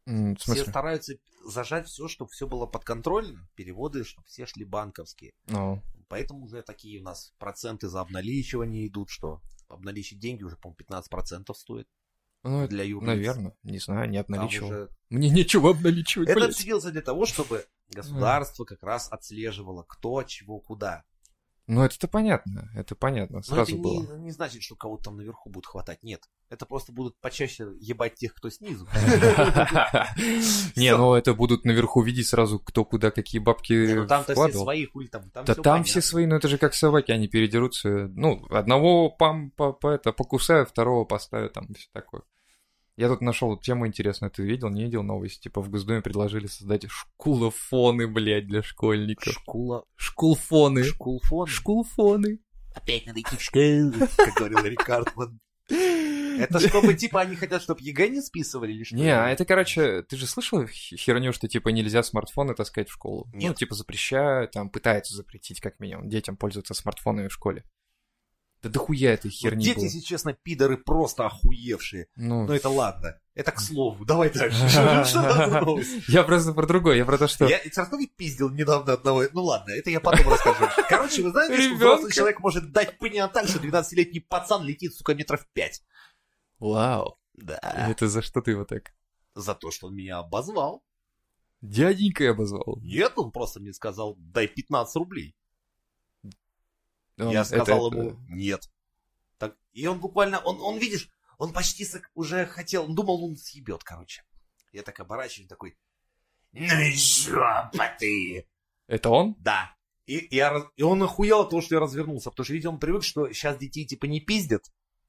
Speaker 3: М, В
Speaker 2: Все
Speaker 3: смысле?
Speaker 2: стараются зажать все, чтобы все было подконтрольно, переводы, чтобы все шли банковские.
Speaker 3: Ну,
Speaker 2: Поэтому уже такие у нас проценты за обналичивание идут, что обналичить деньги уже, по-моему, 15% стоит
Speaker 3: ну, это,
Speaker 2: для юрлиц.
Speaker 3: наверное, не знаю, не
Speaker 2: Там
Speaker 3: обналичивал.
Speaker 2: уже-
Speaker 3: Мне нечего обналичивать,
Speaker 2: Это
Speaker 3: блядь.
Speaker 2: все делается для того, чтобы государство как раз отслеживало, кто, чего, куда.
Speaker 3: Ну, это-то понятно, это понятно,
Speaker 2: Но
Speaker 3: сразу
Speaker 2: Ну, это
Speaker 3: было.
Speaker 2: не, не значит, что кого-то там наверху будут хватать. Нет. Это просто будут почаще ебать тех, кто снизу.
Speaker 3: Не,
Speaker 2: Всё.
Speaker 3: ну это будут наверху видеть сразу, кто куда какие
Speaker 2: Не,
Speaker 3: бабки
Speaker 2: ну там-то все
Speaker 3: вкладывал.
Speaker 2: свои хули там. Там
Speaker 3: Да
Speaker 2: всё
Speaker 3: там
Speaker 2: понятно.
Speaker 3: все свои, но это же как собаки, они передерутся. Ну, одного пам по, по- это покусаю, второго поставлю, там все такое. Я тут нашел тему интересную, ты видел, не видел новость? Типа в Госдуме предложили создать шкулофоны, блядь, для школьников.
Speaker 2: Шкула.
Speaker 3: Шкулфоны.
Speaker 2: Шкулфон.
Speaker 3: Шкулфоны.
Speaker 2: Опять надо идти в школу, как говорил Рикардман. Это чтобы, типа, они хотят, чтобы ЕГЭ не списывали или что?
Speaker 3: Не, а это, короче, ты же слышал х- херню, что, типа, нельзя смартфоны таскать в школу? Ну,
Speaker 2: Нет.
Speaker 3: типа, запрещают, там, пытаются запретить, как минимум, детям пользоваться смартфонами в школе. Да дохуя этой
Speaker 2: Вот
Speaker 3: херни
Speaker 2: дети,
Speaker 3: было.
Speaker 2: если честно, пидоры просто охуевшие.
Speaker 3: Ну,
Speaker 2: Но это ладно. Это к слову. Давай дальше. Что- Что там за новость?
Speaker 3: я просто про другое, я про то, что...
Speaker 2: Я Церкови пиздил недавно одного. Ну ладно, это я потом расскажу. Короче, вы знаете, что
Speaker 3: Ребёнка.
Speaker 2: взрослый человек может дать пыня так, что 12-летний пацан летит, сука, метров 5.
Speaker 3: Вау.
Speaker 2: Да.
Speaker 3: Это за что ты его так?
Speaker 2: За то, что он меня обозвал.
Speaker 3: Дяденькой обозвал.
Speaker 2: Нет, он просто мне сказал, дай 15 рублей.
Speaker 3: Он-
Speaker 2: я
Speaker 3: это-
Speaker 2: сказал
Speaker 3: это-
Speaker 2: ему нет. Так, и он буквально, он, он видишь, он почти сок- уже хотел, он думал, он съебет, короче. Я так оборачиваюсь, такой, ну и жопа ты.
Speaker 3: Это он?
Speaker 2: Да. И, и я, раз- и он охуел от того, что я развернулся, потому что, видимо, он привык, что сейчас детей типа не пиздят.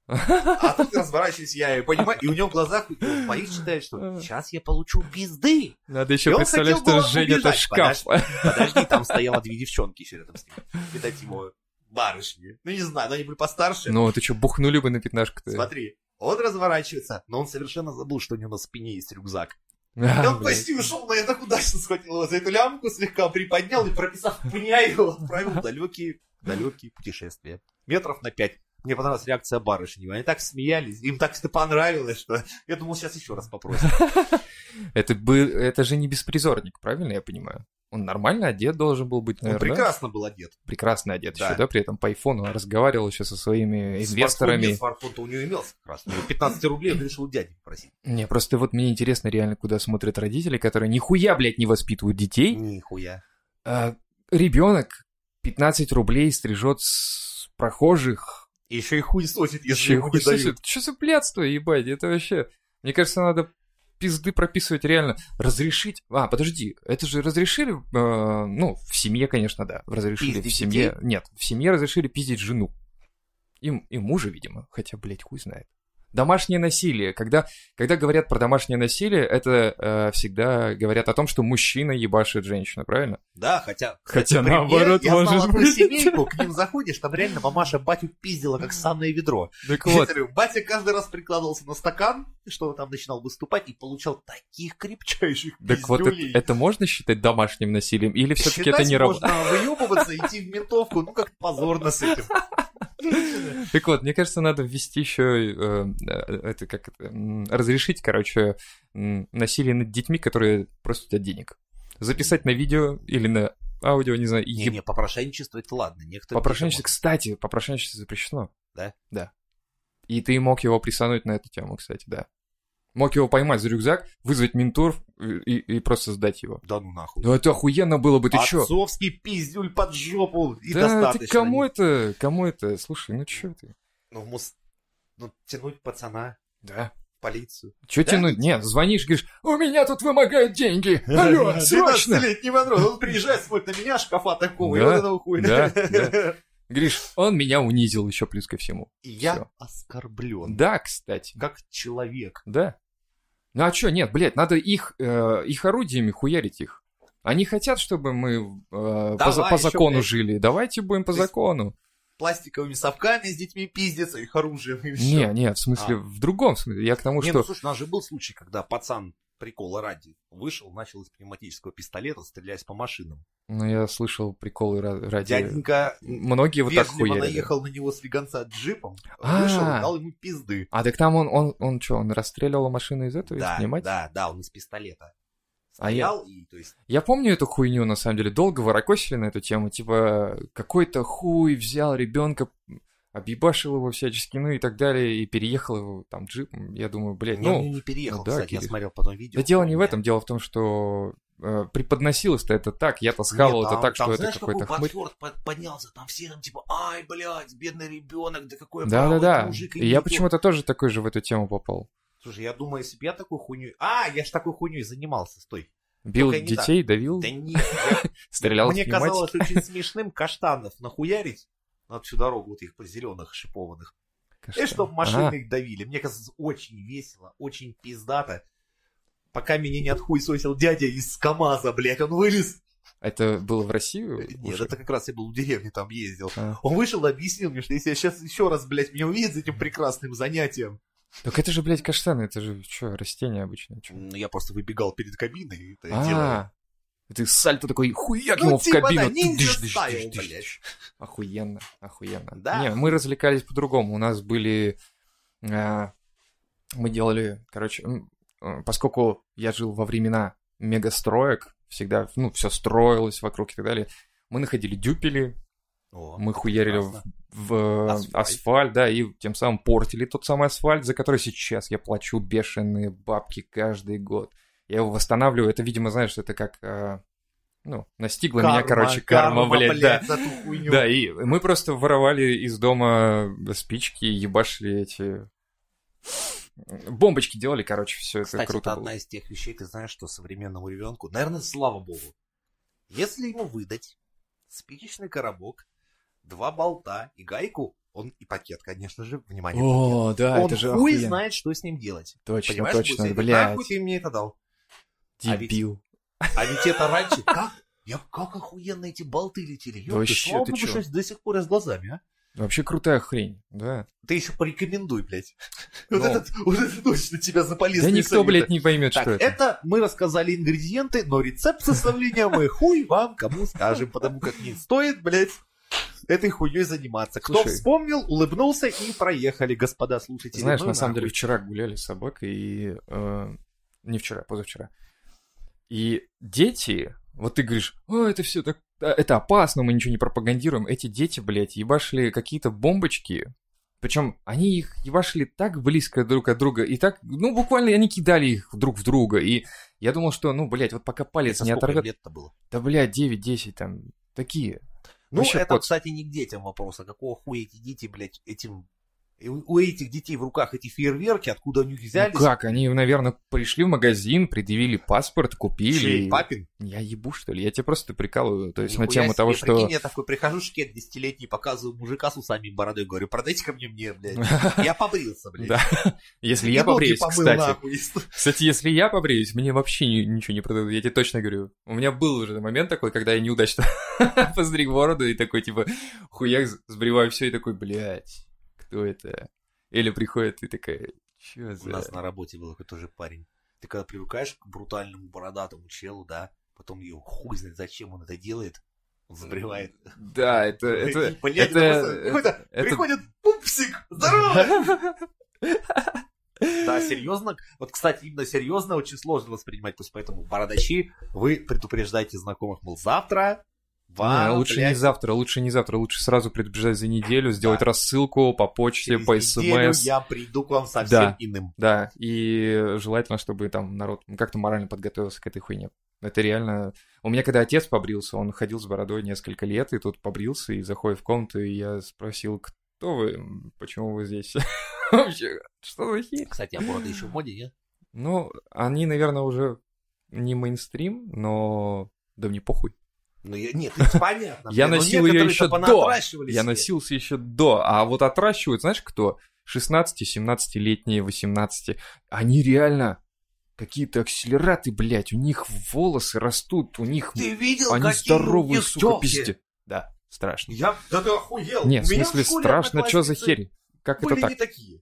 Speaker 2: А тут разворачиваюсь я, и понимаю, и у него в глазах, и он боюсь считает, что сейчас я получу пизды.
Speaker 3: Надо
Speaker 2: И
Speaker 3: еще
Speaker 2: он
Speaker 3: представлять,
Speaker 2: хотел
Speaker 3: что
Speaker 2: было
Speaker 3: Женя это
Speaker 2: убежать,
Speaker 3: шкаф.
Speaker 2: Подожди, там стояло две девчонки еще рядом с ним. Видать, его барышни. Ну, не знаю, но они были постарше.
Speaker 3: Ну, ты что, бухнули бы на пятнашку-то?
Speaker 2: Смотри, он разворачивается, но он совершенно забыл, что у него на спине есть рюкзак. И
Speaker 3: А,
Speaker 2: он
Speaker 3: блядь.
Speaker 2: почти ушел, но я так удачно схватил его за эту лямку, слегка приподнял и, прописав пня, его отправил в далекие, далекие путешествия. Метров на пять. Мне понравилась реакция барышни. Они так смеялись, им так это понравилось, что я думал, сейчас еще раз попросят.
Speaker 3: Это был, это же не беспризорник, правильно я понимаю? Он нормально одет должен был быть,
Speaker 2: Он
Speaker 3: наверное.
Speaker 2: прекрасно был одет.
Speaker 3: прекрасно одет
Speaker 2: Да.
Speaker 3: еще, да, при этом по айфону разговаривал еще со своими
Speaker 2: Смартфон-
Speaker 3: инвесторами.
Speaker 2: нет, Смартфон-то у него имелся как раз. У него 15 рублей он решил у дяди попросить.
Speaker 3: Не, просто вот мне интересно реально, куда смотрят родители, которые нихуя, блядь, не воспитывают детей.
Speaker 2: Нихуя.
Speaker 3: А ребенок 15 рублей стрижет с прохожих.
Speaker 2: И еще и хуй сосит, если
Speaker 3: Чё
Speaker 2: ему не дают.
Speaker 3: Что за блядство, ебать, это вообще... Мне кажется, надо пизды прописывать реально. Разрешить... А, подожди, это же разрешили... э, ну, в семье, конечно, да. Разрешили
Speaker 2: Пиздить
Speaker 3: в семье... Нет, в семье разрешили пиздить жену. Им, и мужа, видимо. Хотя, блядь, хуй знает. Домашнее насилие. Когда, когда говорят про домашнее насилие, это э, всегда говорят о том, что мужчина ебашит женщину, правильно?
Speaker 2: Да, хотя...
Speaker 3: Хотя
Speaker 2: пример.
Speaker 3: наоборот
Speaker 2: я
Speaker 3: может
Speaker 2: знал одну
Speaker 3: быть.
Speaker 2: семейку, к ним заходишь, там реально мамаша батю пиздила, как санное ведро.
Speaker 3: Так
Speaker 2: Я
Speaker 3: вот,
Speaker 2: говорю, батя каждый раз прикладывался на стакан, что он там начинал выступать, и получал таких крепчайших
Speaker 3: так вот это,
Speaker 2: пиздюлей.
Speaker 3: это можно считать домашним насилием? Или все-таки это
Speaker 2: Считать
Speaker 3: не работает?
Speaker 2: можно выебываться, идти в ментовку, ну как позорно с этим.
Speaker 3: Так вот, мне кажется, надо ввести еще это как это, м, разрешить, короче, м, насилие над детьми, которые просят у тебя денег. Записать на видео или на аудио, не знаю, и еб-
Speaker 2: Не-не, попрошайничество это ладно. Некоторые
Speaker 3: попрошайничество.
Speaker 2: тоже
Speaker 3: Кстати, попрошайничество запрещено.
Speaker 2: Да?
Speaker 3: Да. И ты мог его присануть на эту тему, кстати, да. Мог его поймать за рюкзак, вызвать ментур и, и- и просто сдать его.
Speaker 2: могут. Да ну нахуй.
Speaker 3: Ну это охуенно было бы, ты чё?
Speaker 2: Отцовский пиздюль под жопу, и
Speaker 3: да,
Speaker 2: достаточно.
Speaker 3: ты кому это? Кому это? Слушай, ну чё ты?
Speaker 2: Ну, в мус- ну, тянуть пацана
Speaker 3: Да.
Speaker 2: в полицию.
Speaker 3: Че
Speaker 2: Да?
Speaker 3: тянуть? Нет, звонишь, говоришь, у меня тут вымогают деньги. Алло, срочно.
Speaker 2: 12-летний Монро, он приезжает, смотрит на меня, шкафа такого, и
Speaker 3: Да,
Speaker 2: вот этого хуя.
Speaker 3: да, Говоришь, он меня унизил еще плюс ко всему.
Speaker 2: И Я
Speaker 3: Всё.
Speaker 2: оскорблен.
Speaker 3: Да, кстати.
Speaker 2: Как человек.
Speaker 3: Да. Ну а чё, нет, блядь, надо их, э, их орудиями хуярить их. Они хотят, чтобы мы э, по, за-
Speaker 2: Давай
Speaker 3: по
Speaker 2: ещё,
Speaker 3: закону
Speaker 2: блядь.
Speaker 3: жили. Давайте будем по
Speaker 2: То есть-
Speaker 3: закону.
Speaker 2: Пластиковыми совками с детьми пиздец, их оружием и всё.
Speaker 3: Не, не, в смысле,
Speaker 2: А.
Speaker 3: в другом смысле. Я к тому,
Speaker 2: Не,
Speaker 3: что...
Speaker 2: ну слушай, у нас же был случай, когда пацан прикола ради вышел, начал из пневматического пистолета стрелять по машинам.
Speaker 3: Ну, я слышал приколы ра- ради...
Speaker 2: Дяденька
Speaker 3: Многие вот так
Speaker 2: вежливо
Speaker 3: хуярили.
Speaker 2: наехал на него с веганца джипом,
Speaker 3: А.
Speaker 2: вышел и дал ему пизды.
Speaker 3: А так там он, он, он что, он расстреливал машины из этого,
Speaker 2: Да,
Speaker 3: из пневматики?
Speaker 2: да, да, он из пистолета.
Speaker 3: А я-
Speaker 2: Стоял и, то есть,
Speaker 3: Я помню эту хуйню, на самом деле, долго ворокосили на эту тему, типа, какой-то хуй взял ребенка, объебашил его всячески, ну и так далее, и переехал его там джипом, я думаю, блядь,
Speaker 2: не, он
Speaker 3: ну...
Speaker 2: не переехал,
Speaker 3: ну да,
Speaker 2: кстати, я
Speaker 3: Кирилл.
Speaker 2: смотрел потом видео.
Speaker 3: Да дело не в
Speaker 2: помню.
Speaker 3: этом, дело в том, что э, преподносилось-то это так, я-то
Speaker 2: Нет,
Speaker 3: схавал это
Speaker 2: там-
Speaker 3: так,
Speaker 2: там,
Speaker 3: что это
Speaker 2: знаешь,
Speaker 3: какой-то
Speaker 2: какой
Speaker 3: хмырь.
Speaker 2: подфёрд под- поднялся, там все там типа, ай, блядь, бедный ребенок, да какой
Speaker 3: Да-да-да, и я почему-то тоже такой же в эту тему попал.
Speaker 2: Слушай, я думаю, если бы я такую хуйню... А, я ж такой хуйней занимался, стой.
Speaker 3: Бил
Speaker 2: Только не так.
Speaker 3: детей, давил,
Speaker 2: Ну, Да нет, я-
Speaker 3: стрелял в
Speaker 2: Мне
Speaker 3: пневматики.
Speaker 2: казалось очень смешным каштанов нахуярить на всю дорогу вот их зеленых шипованных. И
Speaker 3: Каштан.
Speaker 2: чтоб машины их давили. Мне казалось, очень весело, очень пиздато. Пока меня не отхуесосил дядя из КамАЗа, блядь, он вылез.
Speaker 3: А, это было в России?
Speaker 2: Нет,
Speaker 3: уже?
Speaker 2: это как раз я был в деревне, там ездил.
Speaker 3: А.
Speaker 2: Он вышел и объяснил мне, что если я сейчас еще раз, блядь, меня увидят за этим прекрасным занятием.
Speaker 3: Так это же, блядь, каштаны, это же что, растение обычное. чё?
Speaker 2: Ну, Я просто выбегал перед кабиной и это делаю.
Speaker 3: А, ты сальто такой, хуяк
Speaker 2: Ну,
Speaker 3: ему в
Speaker 2: типа,
Speaker 3: кабину.
Speaker 2: да, ниндзя
Speaker 3: Тыш, тыш,
Speaker 2: стайл,
Speaker 3: тыш, тыш.
Speaker 2: блядь.
Speaker 3: Охуенно, охуенно.
Speaker 2: Да.
Speaker 3: Не, мы развлекались по-другому. У нас были... а, мы делали, короче, м, э, поскольку я жил во времена мегастроек, всегда, ну, все строилось вокруг и так далее, мы находили дюпели,
Speaker 2: О,
Speaker 3: мы хуярили в,
Speaker 2: прекрасно.
Speaker 3: в, э,
Speaker 2: Асфальт.
Speaker 3: асфальт. да, и тем самым портили тот самый асфальт, за который сейчас я плачу бешеные бабки каждый год. Я его восстанавливаю. Это, видимо, знаешь, это как... э, ну, настигла меня,
Speaker 2: Карма,
Speaker 3: короче, карма, блядь, да.
Speaker 2: за ту хуйню.
Speaker 3: Да, и мы просто воровали из дома спички, ебашили эти... Бомбочки делали, короче, все это
Speaker 2: Кстати,
Speaker 3: круто
Speaker 2: это
Speaker 3: было.
Speaker 2: одна из тех вещей, ты знаешь, что современному ребенку, наверное, слава богу, если ему выдать спичечный коробок, два болта и гайку, он и пакет, конечно же, внимание, пакет.
Speaker 3: О, да,
Speaker 2: он
Speaker 3: это же
Speaker 2: хуй
Speaker 3: охуенно.
Speaker 2: знает, что с ним делать.
Speaker 3: Точно,
Speaker 2: Понимаешь,
Speaker 3: точно,
Speaker 2: Гузель,
Speaker 3: блядь,
Speaker 2: нахуй ты мне это дал? а ведь-
Speaker 3: дебил.
Speaker 2: А ведь это раньше, как? Я как охуенно эти болты летели. Ёпта,
Speaker 3: Вообще,
Speaker 2: слава
Speaker 3: ты
Speaker 2: богу,
Speaker 3: чё?
Speaker 2: что я до сих пор я с глазами, а?
Speaker 3: Вообще крутая хрень, да.
Speaker 2: Ты еще порекомендуй, блядь.
Speaker 3: Ну.
Speaker 2: Вот, этот, вот это точно тебя за полезные
Speaker 3: Да никто,
Speaker 2: советы.
Speaker 3: блядь, не поймет,
Speaker 2: Так,
Speaker 3: что
Speaker 2: это? мы рассказали ингредиенты, но рецепт составления мы хуй вам кому скажем, потому как не стоит, блядь, этой хуйней заниматься. Кто
Speaker 3: Слушай.
Speaker 2: вспомнил, улыбнулся и проехали, господа слушатели.
Speaker 3: Знаешь,
Speaker 2: Ну
Speaker 3: на самом
Speaker 2: нахуй.
Speaker 3: деле вчера гуляли с собакой и э, не вчера, позавчера. И дети, вот ты говоришь, о, это все так, а, это опасно, мы ничего не пропагандируем. Эти дети, блядь, ебашили какие-то бомбочки. Причем они их ебашили так близко друг от друга, и так, ну, буквально они кидали их друг в друга. И я думал, что, ну, блядь, вот пока палец
Speaker 2: Это
Speaker 3: не
Speaker 2: сколько им
Speaker 3: оторвет.
Speaker 2: лет-то было?
Speaker 3: Да, блядь, 9-10 там, такие.
Speaker 2: Ну,
Speaker 3: Вообще
Speaker 2: это,
Speaker 3: кот.
Speaker 2: кстати, не к детям вопрос, а какого хуя эти дети, блядь, этим... и У у этих детей в руках эти фейерверки, откуда у них взялись?
Speaker 3: Ну как, они, наверное, пришли в магазин, предъявили паспорт,
Speaker 2: Чей
Speaker 3: купили.
Speaker 2: папин?
Speaker 3: Я ебу, что ли? Я тебя просто прикалываю. То есть на
Speaker 2: Нихуя
Speaker 3: тему
Speaker 2: себе,
Speaker 3: того,
Speaker 2: прикинь,
Speaker 3: что...
Speaker 2: я такой прихожу, шкет десятилетний, показываю мужика с усами и бородой, говорю, продайте ко мне мне, блядь. Я побрился, блядь.
Speaker 3: Да. Если
Speaker 2: И
Speaker 3: я
Speaker 2: ноги
Speaker 3: побреюсь,
Speaker 2: помыл,
Speaker 3: кстати.
Speaker 2: нахуй.
Speaker 3: Кстати, если я побреюсь, мне вообще ни- ничего не продадут. Я тебе точно говорю. У меня был уже момент такой, когда я неудачно постриг бороду и такой, типа, хуяк, сбриваю все и такой, блядь, кто это? Или приходит и такая, чё
Speaker 2: У
Speaker 3: за...
Speaker 2: нас на работе был какой-то тоже парень. Ты когда привыкаешь к брутальному бородатому челу, да, потом ее хуй знает, зачем он это делает, он забревает.
Speaker 3: Да, это... это...
Speaker 2: И, блядь,
Speaker 3: это- э,
Speaker 2: это просто какой-то
Speaker 3: это-
Speaker 2: Приходит пупсик, здорово! Да, серьезно. Вот, кстати, именно серьезно очень сложно воспринимать. Пусть поэтому, бородачи, вы предупреждайте знакомых, мол, завтра
Speaker 3: Не,
Speaker 2: вам,
Speaker 3: лучше не
Speaker 2: А, блядь,
Speaker 3: завтра, лучше не завтра, лучше сразу предупреждать за неделю, сделать
Speaker 2: Да.
Speaker 3: рассылку по почте,
Speaker 2: через
Speaker 3: по
Speaker 2: неделю
Speaker 3: смс.
Speaker 2: я приду к вам совсем
Speaker 3: Да.
Speaker 2: иным.
Speaker 3: Да, и желательно, чтобы там народ ну, как-то морально подготовился к этой хуйне. Это реально... У меня когда отец побрился, он ходил с бородой несколько лет, и тут побрился, и заходит в комнату, и я спросил, кто вы, М, почему вы здесь? Вообще, что за херь?
Speaker 2: Кстати, а борода еще в моде, нет?
Speaker 3: Ну, они, наверное, уже не мейнстрим, но... Да мне похуй.
Speaker 2: Ну, я- нет, это понятно.
Speaker 3: Я
Speaker 2: блин, но
Speaker 3: носил её
Speaker 2: некоторые-то
Speaker 3: ещё до.
Speaker 2: понатращивали
Speaker 3: Я
Speaker 2: себе.
Speaker 3: носился еще до, а вот отращивают, знаешь, кто? 16-17-летние, 18. Они реально какие-то акселераты, блядь, у них волосы растут, у них...
Speaker 2: Ты видел,
Speaker 3: Они
Speaker 2: какие у
Speaker 3: здоровые,
Speaker 2: них
Speaker 3: сука,
Speaker 2: тёлки?
Speaker 3: пизде. Да, страшно.
Speaker 2: Я... Да ты охуел.
Speaker 3: Нет,
Speaker 2: У
Speaker 3: в
Speaker 2: меня
Speaker 3: смысле
Speaker 2: школе
Speaker 3: страшно, что за
Speaker 2: одноклассницы
Speaker 3: херь? Как это
Speaker 2: Были
Speaker 3: так?
Speaker 2: не такие.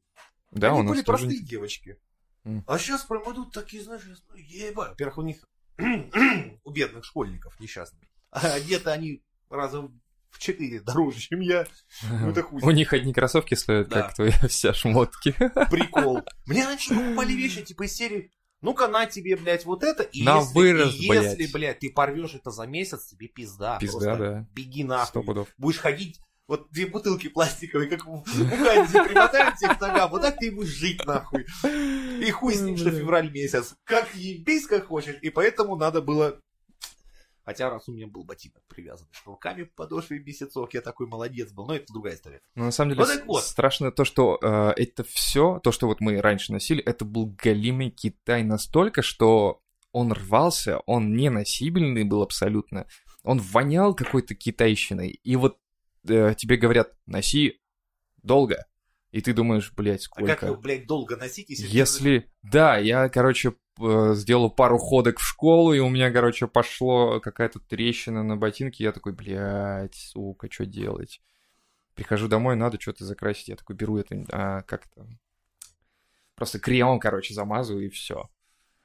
Speaker 3: Да,
Speaker 2: Они
Speaker 3: у нас
Speaker 2: были
Speaker 3: тоже...
Speaker 2: простые девочки.
Speaker 3: М.
Speaker 2: А сейчас прям идут такие, знаешь, я смотрю, еба. Во-первых, у них, у бедных школьников несчастных, а одеты они раза в четыре дороже, чем я. Ну, это хуй.
Speaker 3: У них одни кроссовки стоят,
Speaker 2: Да.
Speaker 3: как твоя вся шмотки.
Speaker 2: Прикол. Мне раньше покупали вещи типа из серии «Ну-ка, на тебе, блядь, вот это». И
Speaker 3: На
Speaker 2: если,
Speaker 3: вырос,
Speaker 2: и если,
Speaker 3: блядь.
Speaker 2: блядь, ты порвешь это за месяц, тебе пизда.
Speaker 3: Пизда,
Speaker 2: Просто
Speaker 3: да.
Speaker 2: Беги
Speaker 3: Сто
Speaker 2: нахуй.
Speaker 3: пудов.
Speaker 2: будешь ходить, вот две бутылки пластиковые, как у у Ганди, примотали тебе к ногам, вот так ты и будешь жить, нахуй. И хуй
Speaker 3: Ну
Speaker 2: с ним, что февраль месяц. Как ебись, как хочешь. И поэтому надо было... Хотя раз у меня был ботинок привязан шнурками в подошве месяцок, я такой молодец был. Но это другая история.
Speaker 3: Но на самом деле
Speaker 2: Вот так вот.
Speaker 3: страшно то, что э, это все, то, что вот мы раньше носили, это был голимый Китай настолько, что он рвался, он неносибельный был абсолютно, он вонял какой-то китайщиной, и вот э, тебе говорят, носи долго, и ты думаешь, блядь,
Speaker 2: А как его,
Speaker 3: сколько?
Speaker 2: блядь, долго носить, если... ты-
Speaker 3: Если... Да, я, короче, э, сделал пару ходок в школу, и у меня, короче, пошло какая-то трещина на ботинке. Я такой, блядь, сука, что делать? Прихожу домой, надо что-то закрасить. Я такой беру это, а, как это? Просто кремом, короче, замазываю, и все.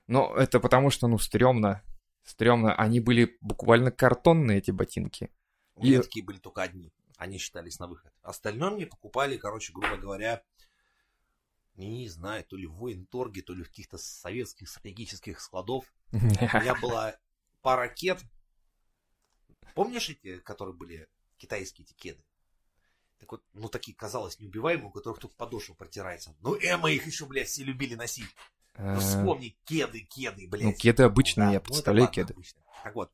Speaker 3: Но это потому что, ну, стрёмно. Стрёмно. Они были буквально картонные, эти ботинки.
Speaker 2: У меня
Speaker 3: И-
Speaker 2: такие были только одни. Они считались на выход. Остальное мне покупали, короче, грубо говоря, не знаю, то ли в военторге, то ли в каких-то советских стратегических складов. У меня была пара ракет. Помнишь эти, которые были китайские эти кеды? Так вот, ну такие, казалось, неубиваемые, у которых только подошва протирается. Ну, эмо их еще, блядь, все любили носить. Ну,
Speaker 3: Э,
Speaker 2: вспомни, кеды, кеды, блядь.
Speaker 3: Ну, кеды
Speaker 2: Да,
Speaker 3: обычные,
Speaker 2: ну,
Speaker 3: я
Speaker 2: это
Speaker 3: представляю
Speaker 2: ладно,
Speaker 3: кеды.
Speaker 2: обычно. Так вот.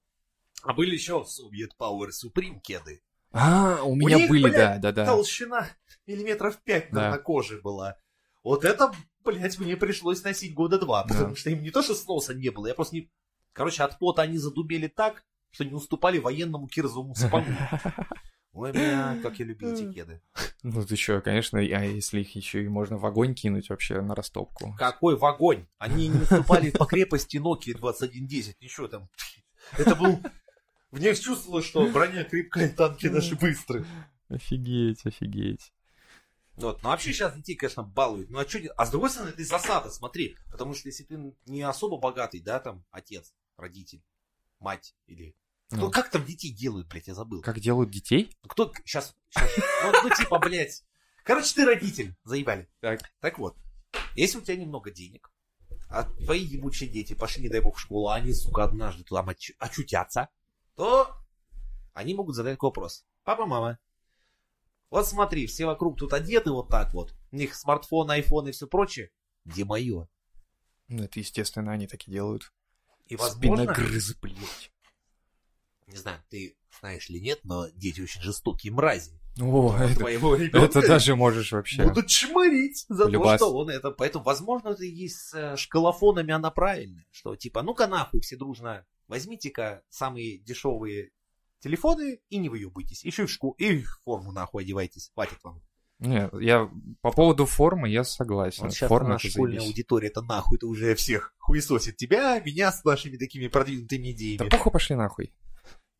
Speaker 2: А были еще Soviet Power Supreme кеды.
Speaker 3: А, у меня
Speaker 2: них,
Speaker 3: были, да,
Speaker 2: блядь,
Speaker 3: да, да.
Speaker 2: Толщина миллиметров 5 на,
Speaker 3: Да.
Speaker 2: на коже была. Вот это, блядь, мне пришлось носить года два,
Speaker 3: Да.
Speaker 2: потому что им не то, что сноса не было, я просто не... Короче, от пота они задубели так, что не уступали военному кирзовому спану. Ой, бля, как я любил эти кеды.
Speaker 3: Ну ты чё, конечно, а если их еще и можно в огонь кинуть вообще на растопку.
Speaker 2: Какой в огонь! Они не уступали по крепости Nokia 2110, ничего там. Это был... В них чувствовалось, что броня крепкая, танки наши быстрые.
Speaker 3: Офигеть, офигеть.
Speaker 2: Вот, ну вообще сейчас детей, конечно, балуют. Ну а что, а с другой стороны, это и засада, смотри. Потому что если ты не особо богатый, да, там, отец, родитель, мать или... Ну,
Speaker 3: Ну.
Speaker 2: как там детей делают, блядь, я забыл.
Speaker 3: Как делают детей?
Speaker 2: Кто сейчас... Ну, ну, типа, блядь. Короче, ты родитель, заебали.
Speaker 3: Так.
Speaker 2: Так вот, если у тебя немного денег, а твои ебучие дети пошли, не дай бог, в школу, а они, сука, однажды туда мочу- очутятся, то они могут задать такой вопрос. Папа, мама, вот смотри, все вокруг тут одеты вот так вот. У них смартфон, айфон и все прочее. Где мое?
Speaker 3: Ну это естественно, они так и делают.
Speaker 2: И возможно,
Speaker 3: Спиногрызы, блядь.
Speaker 2: не знаю, ты знаешь или нет, но дети очень жестокие мрази.
Speaker 3: О, это,
Speaker 2: Твоего ребенка
Speaker 3: это даже можешь вообще.
Speaker 2: будут чмырить за
Speaker 3: Любас.
Speaker 2: то, что он это... Поэтому, возможно, это и с э, шкалофонами она правильная. Что типа, ну-ка нахуй все дружно возьмите-ка самые дешевые телефоны и не выебайтесь. Еще и в шку... и в форму нахуй одевайтесь. Хватит вам.
Speaker 3: Нет, я по поводу формы я согласен.
Speaker 2: Вот сейчас
Speaker 3: Форма
Speaker 2: наша
Speaker 3: это
Speaker 2: школьная
Speaker 3: заебись.
Speaker 2: аудитория, это нахуй, это уже всех хуесосит. Тебя, меня с нашими такими продвинутыми
Speaker 3: Да
Speaker 2: идеями.
Speaker 3: похуй пошли нахуй.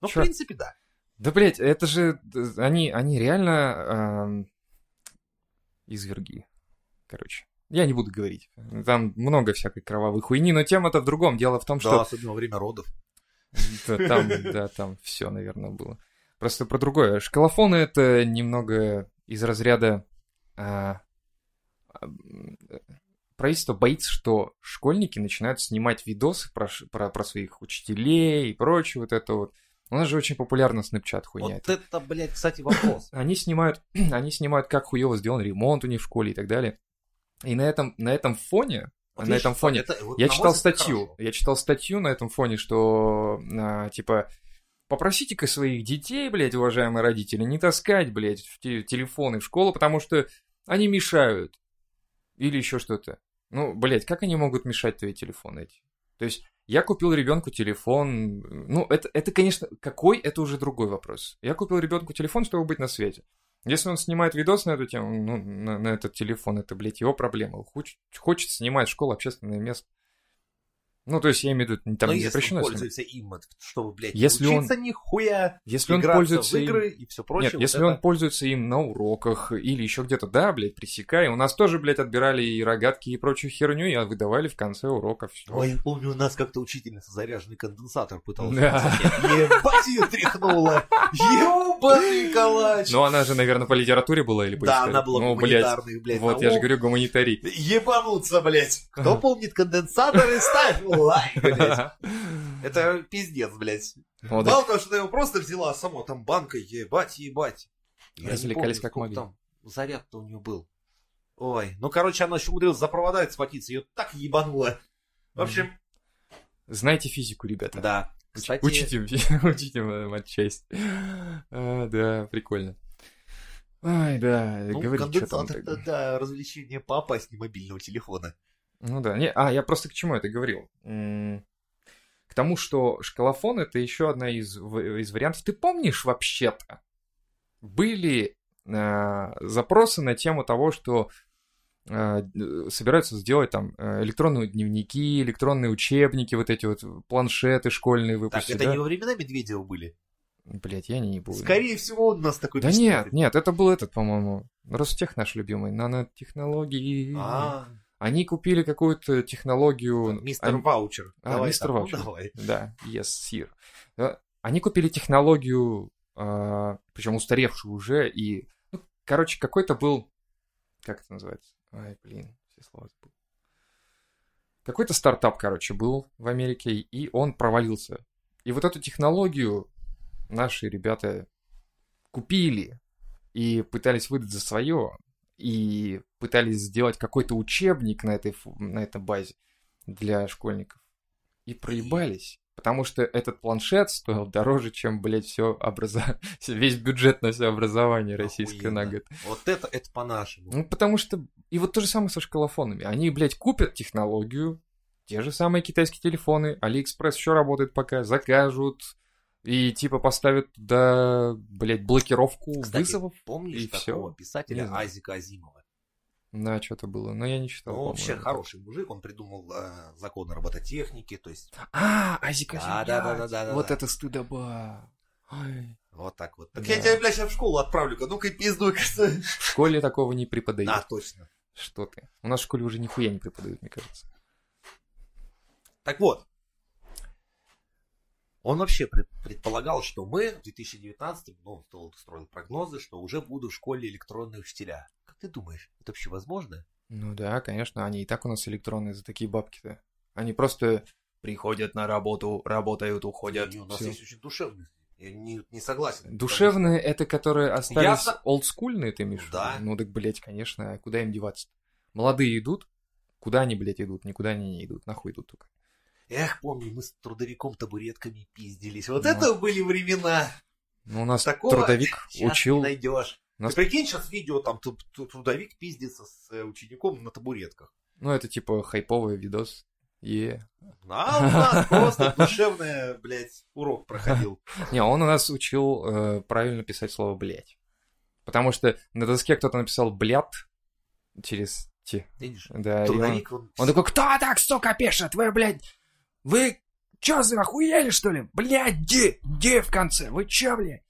Speaker 2: ну, в
Speaker 3: чёрт.
Speaker 2: принципе, да.
Speaker 3: Да, блядь, это же... э, Они, они реально... эм, изверги. Короче. Я не буду говорить. Там много всякой кровавой хуйни, но тема-то в другом. Дело в том, Ну что...
Speaker 2: Да, особенно во время родов.
Speaker 3: Да, Там, да, там все, наверное, было. Просто про другое. Шкалофоны это немного из разряда... а, а, м, э, Правительство боится, что школьники начинают снимать видосы про, ш- про, про своих учителей и прочее вот это вот. У нас же очень популярна Snapchat хуйня.
Speaker 2: Вот
Speaker 3: эта.
Speaker 2: это, блядь, кстати, вопрос.
Speaker 3: Они снимают, они снимают, как хуево сделан ремонт у них в школе и так далее. И на этом, на этом фоне,
Speaker 2: Вот
Speaker 3: на
Speaker 2: я считаю,
Speaker 3: этом фоне,
Speaker 2: это- вот
Speaker 3: я
Speaker 2: на мой
Speaker 3: читал
Speaker 2: взгляд, это
Speaker 3: статью.
Speaker 2: хорошо.
Speaker 3: Я читал статью на этом фоне, что а, типа попросите-ка своих детей, блядь, уважаемые родители, не таскать, блядь, в те- телефоны в школу, потому что они мешают. Или еще что-то. Ну, блядь, как они могут мешать твои телефоны эти? То есть я купил ребенку телефон. Ну, это, это, конечно, какой, это уже другой вопрос. Я купил ребенку телефон, чтобы быть на свете. Если он снимает видос на эту тему, ну, на, на этот телефон, это, блядь, его проблема. Хоч- хочет снимать школу, общественное место. Ну, то есть я имею в виду, там
Speaker 2: Но
Speaker 3: не
Speaker 2: если он
Speaker 3: запрещено снимать.
Speaker 2: пользуется им, это чтобы, блядь,
Speaker 3: Если
Speaker 2: если
Speaker 3: он-
Speaker 2: учиться нихуя,
Speaker 3: Если он
Speaker 2: играться
Speaker 3: пользуется
Speaker 2: в
Speaker 3: им-
Speaker 2: игры и все прочее.
Speaker 3: Нет, если
Speaker 2: вот
Speaker 3: он пользуется им на уроках или еще где-то, да, блядь, пресекай. У нас тоже, блядь, отбирали и рогатки, и прочую херню, и выдавали в конце урока все.
Speaker 2: это- Ой, я помню, у нас как-то учительница заряженный конденсатор пыталась.
Speaker 3: Да.
Speaker 2: Ебать ее тряхнула! Ебаный калач!
Speaker 3: Ну, она же, наверное, по литературе была или по
Speaker 2: Да,
Speaker 3: истории?
Speaker 2: она была
Speaker 3: Ну, блядь,
Speaker 2: гуманитарной, блядь.
Speaker 3: вот, я же
Speaker 2: наук.
Speaker 3: говорю, гуманитарий.
Speaker 2: Ебануться, блядь. Кто
Speaker 3: Ага.
Speaker 2: помнит конденсаторы, ставь лайк, блядь. Это пиздец, блядь.
Speaker 3: Ну, да.
Speaker 2: Мало того, что она его просто взяла, а сама там банкой, ебать, ебать. Я не
Speaker 3: Развлекались
Speaker 2: помню,
Speaker 3: как
Speaker 2: сколько
Speaker 3: могли.
Speaker 2: там заряд-то у нее был. Ой, ну, короче, она еще умудрилась за провода схватиться, ее так ебануло. В общем,
Speaker 3: Знайте физику, ребята.
Speaker 2: да. Кстати,
Speaker 3: Учите, учите э, матчасть. А, да, прикольно. Ай, да,
Speaker 2: ну,
Speaker 3: говори, что там.
Speaker 2: конденсатор, да, да, развлечение папа с мобильного телефона.
Speaker 3: Ну да, не, а я просто к чему это говорил? М, К тому, что шкалофон это еще одна из, в- из вариантов. Ты помнишь вообще-то? Были э, запросы на тему того, что э, д- собираются сделать там э, электронные дневники, электронные учебники, вот эти вот планшеты школьные
Speaker 2: Так,
Speaker 3: выпустить.
Speaker 2: это
Speaker 3: да?
Speaker 2: не во времена Медведева были.
Speaker 3: Блядь, я не буду.
Speaker 2: Скорее всего, он нас такой
Speaker 3: Да
Speaker 2: мечтатель.
Speaker 3: нет, нет, это был этот, по-моему, Ростех наш любимый, нанотехнологии.
Speaker 2: А,
Speaker 3: Они купили какую-то технологию...
Speaker 2: мистер
Speaker 3: они-
Speaker 2: Ваучер.
Speaker 3: А,
Speaker 2: Давай
Speaker 3: мистер
Speaker 2: так, ну,
Speaker 3: Ваучер.
Speaker 2: давай.
Speaker 3: Да, yes, sir. Э, Они купили технологию, причем устаревшую уже, и, ну, короче, какой-то был, как это называется? Ай, блин, все слова забыл. Какой-то стартап, короче, был в Америке, и он провалился. И вот эту технологию наши ребята купили и пытались выдать за свое, и пытались сделать какой-то учебник на этой, фу- на этой базе для школьников. И проебались. Потому что этот планшет стоил дороже, чем, блядь, все образование, весь бюджет на все образование российское на
Speaker 2: Охуенно.
Speaker 3: год.
Speaker 2: Вот это, это по-нашему.
Speaker 3: Ну, потому что... И вот то же самое со шкалофонами. Они, блядь, купят технологию, те же самые китайские телефоны, Алиэкспресс еще работает пока, закажут, и типа поставят туда, блядь, блокировку
Speaker 2: Кстати,
Speaker 3: вызовов.
Speaker 2: Помнишь
Speaker 3: и
Speaker 2: такого
Speaker 3: всё. Не
Speaker 2: писателя
Speaker 3: знаю.
Speaker 2: Азика Азимова?
Speaker 3: Да, что-то было, но я не
Speaker 2: Ну,
Speaker 3: читал.
Speaker 2: он вообще
Speaker 3: по-моему.
Speaker 2: хороший мужик, он придумал э, законы робототехники, то есть
Speaker 3: А, Азика
Speaker 2: Да, да, да, да, да, да,
Speaker 3: Вот
Speaker 2: да.
Speaker 3: это стыдоба. Ай.
Speaker 2: вот так вот. Так
Speaker 3: Да.
Speaker 2: я тебя, блядь, сейчас в школу отправлю-ка, ну-ка и пиздуй
Speaker 3: В школе такого не
Speaker 2: Да,
Speaker 3: преподают.
Speaker 2: А, точно.
Speaker 3: Что ты? У нас в школе уже нихуя не преподают, мне кажется.
Speaker 2: Так вот, он вообще пред- предполагал, что мы в 2019-м, ну, он стол- строил прогнозы, что уже будут в школе электронные учителя. Как ты думаешь, это вообще возможно?
Speaker 3: Ну да, конечно, они и так у нас электронные за такие бабки-то. Они просто приходят на работу, работают, уходят.
Speaker 2: Не, у нас
Speaker 3: всё.
Speaker 2: есть очень душевные. Я не, не согласен. потому
Speaker 3: Душевные это которые остались
Speaker 2: Я-
Speaker 3: олдскульные, ты имеешь? в виду?
Speaker 2: Да.
Speaker 3: Ну так, блядь, конечно, а куда им деваться? Молодые идут, куда они, блядь, идут? Никуда они не идут, нахуй идут только.
Speaker 2: что- Эх, помню, мы с трудовиком табуретками пиздились. Вот
Speaker 3: Ну.
Speaker 2: это были времена.
Speaker 3: Ну, у нас
Speaker 2: Такого
Speaker 3: трудовик
Speaker 2: Сейчас
Speaker 3: учил...
Speaker 2: не найдешь.
Speaker 3: Нас-
Speaker 2: Ты прикинь, сейчас видео там ту- ту- трудовик пиздится с э, учеником на табуретках.
Speaker 3: Ну, это типа хайповый видос. Е.
Speaker 2: А у нас просто душевная, блядь, урок проходил.
Speaker 3: Не, он у нас учил э, правильно писать слово «блядь». Потому что на доске кто-то написал «блят» через «ти».
Speaker 2: Видишь?
Speaker 3: Да, и он-
Speaker 2: Трудовик, он...
Speaker 3: Он такой, кто так, сука, пишет? Вы, блядь, вы чё, за охуели, что ли? Блядь, ди, ди в конце, вы чё, блядь?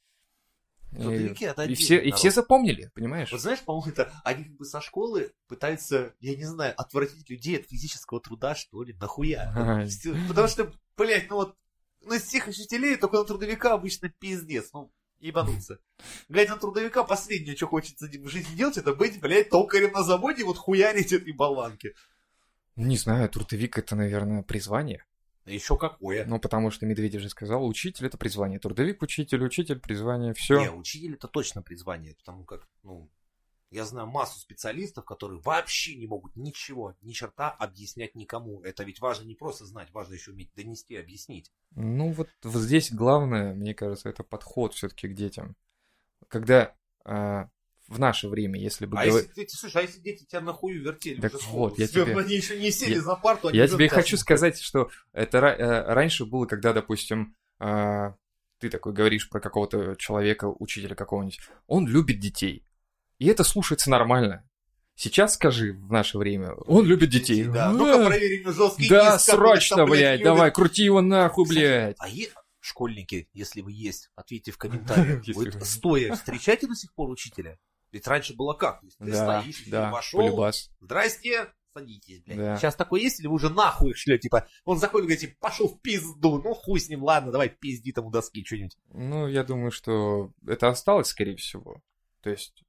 Speaker 3: И,
Speaker 2: Трудовики это
Speaker 3: и все, и
Speaker 2: отдельный
Speaker 3: все
Speaker 2: народ.
Speaker 3: запомнили, понимаешь?
Speaker 2: Вот знаешь, по-моему, это они как бы со школы пытаются, я не знаю, отвратить людей от физического труда, что ли, нахуя.
Speaker 3: Ай.
Speaker 2: Всё- Потому что, блядь, ну вот, ну из всех учителей только на трудовика обычно пиздец, ну, ебануться. Глядя на трудовика, последнее, что хочется в жизни делать, это быть, блядь, токарем на заводе и вот хуярить этой болванки.
Speaker 3: Не знаю, трудовик это, наверное, призвание.
Speaker 2: Еще какое.
Speaker 3: Ну, потому что Медведев же сказал, учитель это призвание. Трудовик, учитель, учитель, призвание,
Speaker 2: Не,
Speaker 3: все.
Speaker 2: учитель это точно призвание, потому как, ну, я знаю массу специалистов, которые вообще не могут ничего, ни черта объяснять никому. Это ведь важно не просто знать, важно еще уметь донести, объяснить.
Speaker 3: Ну, вот в- здесь главное, мне кажется, это подход все-таки к детям. Когда а, в наше время, если бы...
Speaker 2: А
Speaker 3: говор-
Speaker 2: если, дети, слушай, а если дети тебя нахую вертели
Speaker 3: Так
Speaker 2: уже
Speaker 3: вот, я
Speaker 2: сверху,
Speaker 3: тебе-
Speaker 2: они еще не сели
Speaker 3: я-
Speaker 2: за парту, они
Speaker 3: Я
Speaker 2: уже
Speaker 3: тебе и
Speaker 2: скажут,
Speaker 3: хочу сказать, что это ра- э, раньше было, когда, допустим, а, ты такой говоришь про какого-то человека, учителя какого-нибудь, он любит детей. И это слушается нормально. Сейчас скажи в наше время. Он любит детей.
Speaker 2: Да,
Speaker 3: А,
Speaker 2: ну-ка проверим на жесткий
Speaker 3: да,
Speaker 2: диск, который
Speaker 3: срочно,
Speaker 2: там,
Speaker 3: блядь,
Speaker 2: любят.
Speaker 3: давай, крути его нахуй,
Speaker 2: Кстати,
Speaker 3: блядь.
Speaker 2: А е- школьники, если вы есть, ответьте в комментариях.
Speaker 3: Если
Speaker 2: Вы
Speaker 3: вы-
Speaker 2: стоя встречаете до сих пор учителя? Ведь раньше было как? То есть Ты
Speaker 3: Да,
Speaker 2: стоишь,
Speaker 3: да,
Speaker 2: вошел,
Speaker 3: полюбас.
Speaker 2: здрасте, садитесь, блядь.
Speaker 3: Да.
Speaker 2: Сейчас такое есть, или вы уже нахуй их шлете? Типа, он заходит и говорит, типа, пошел в пизду, ну хуй с ним, ладно, давай пизди там у доски что-нибудь.
Speaker 3: Ну, я думаю, что это осталось, скорее всего. То есть,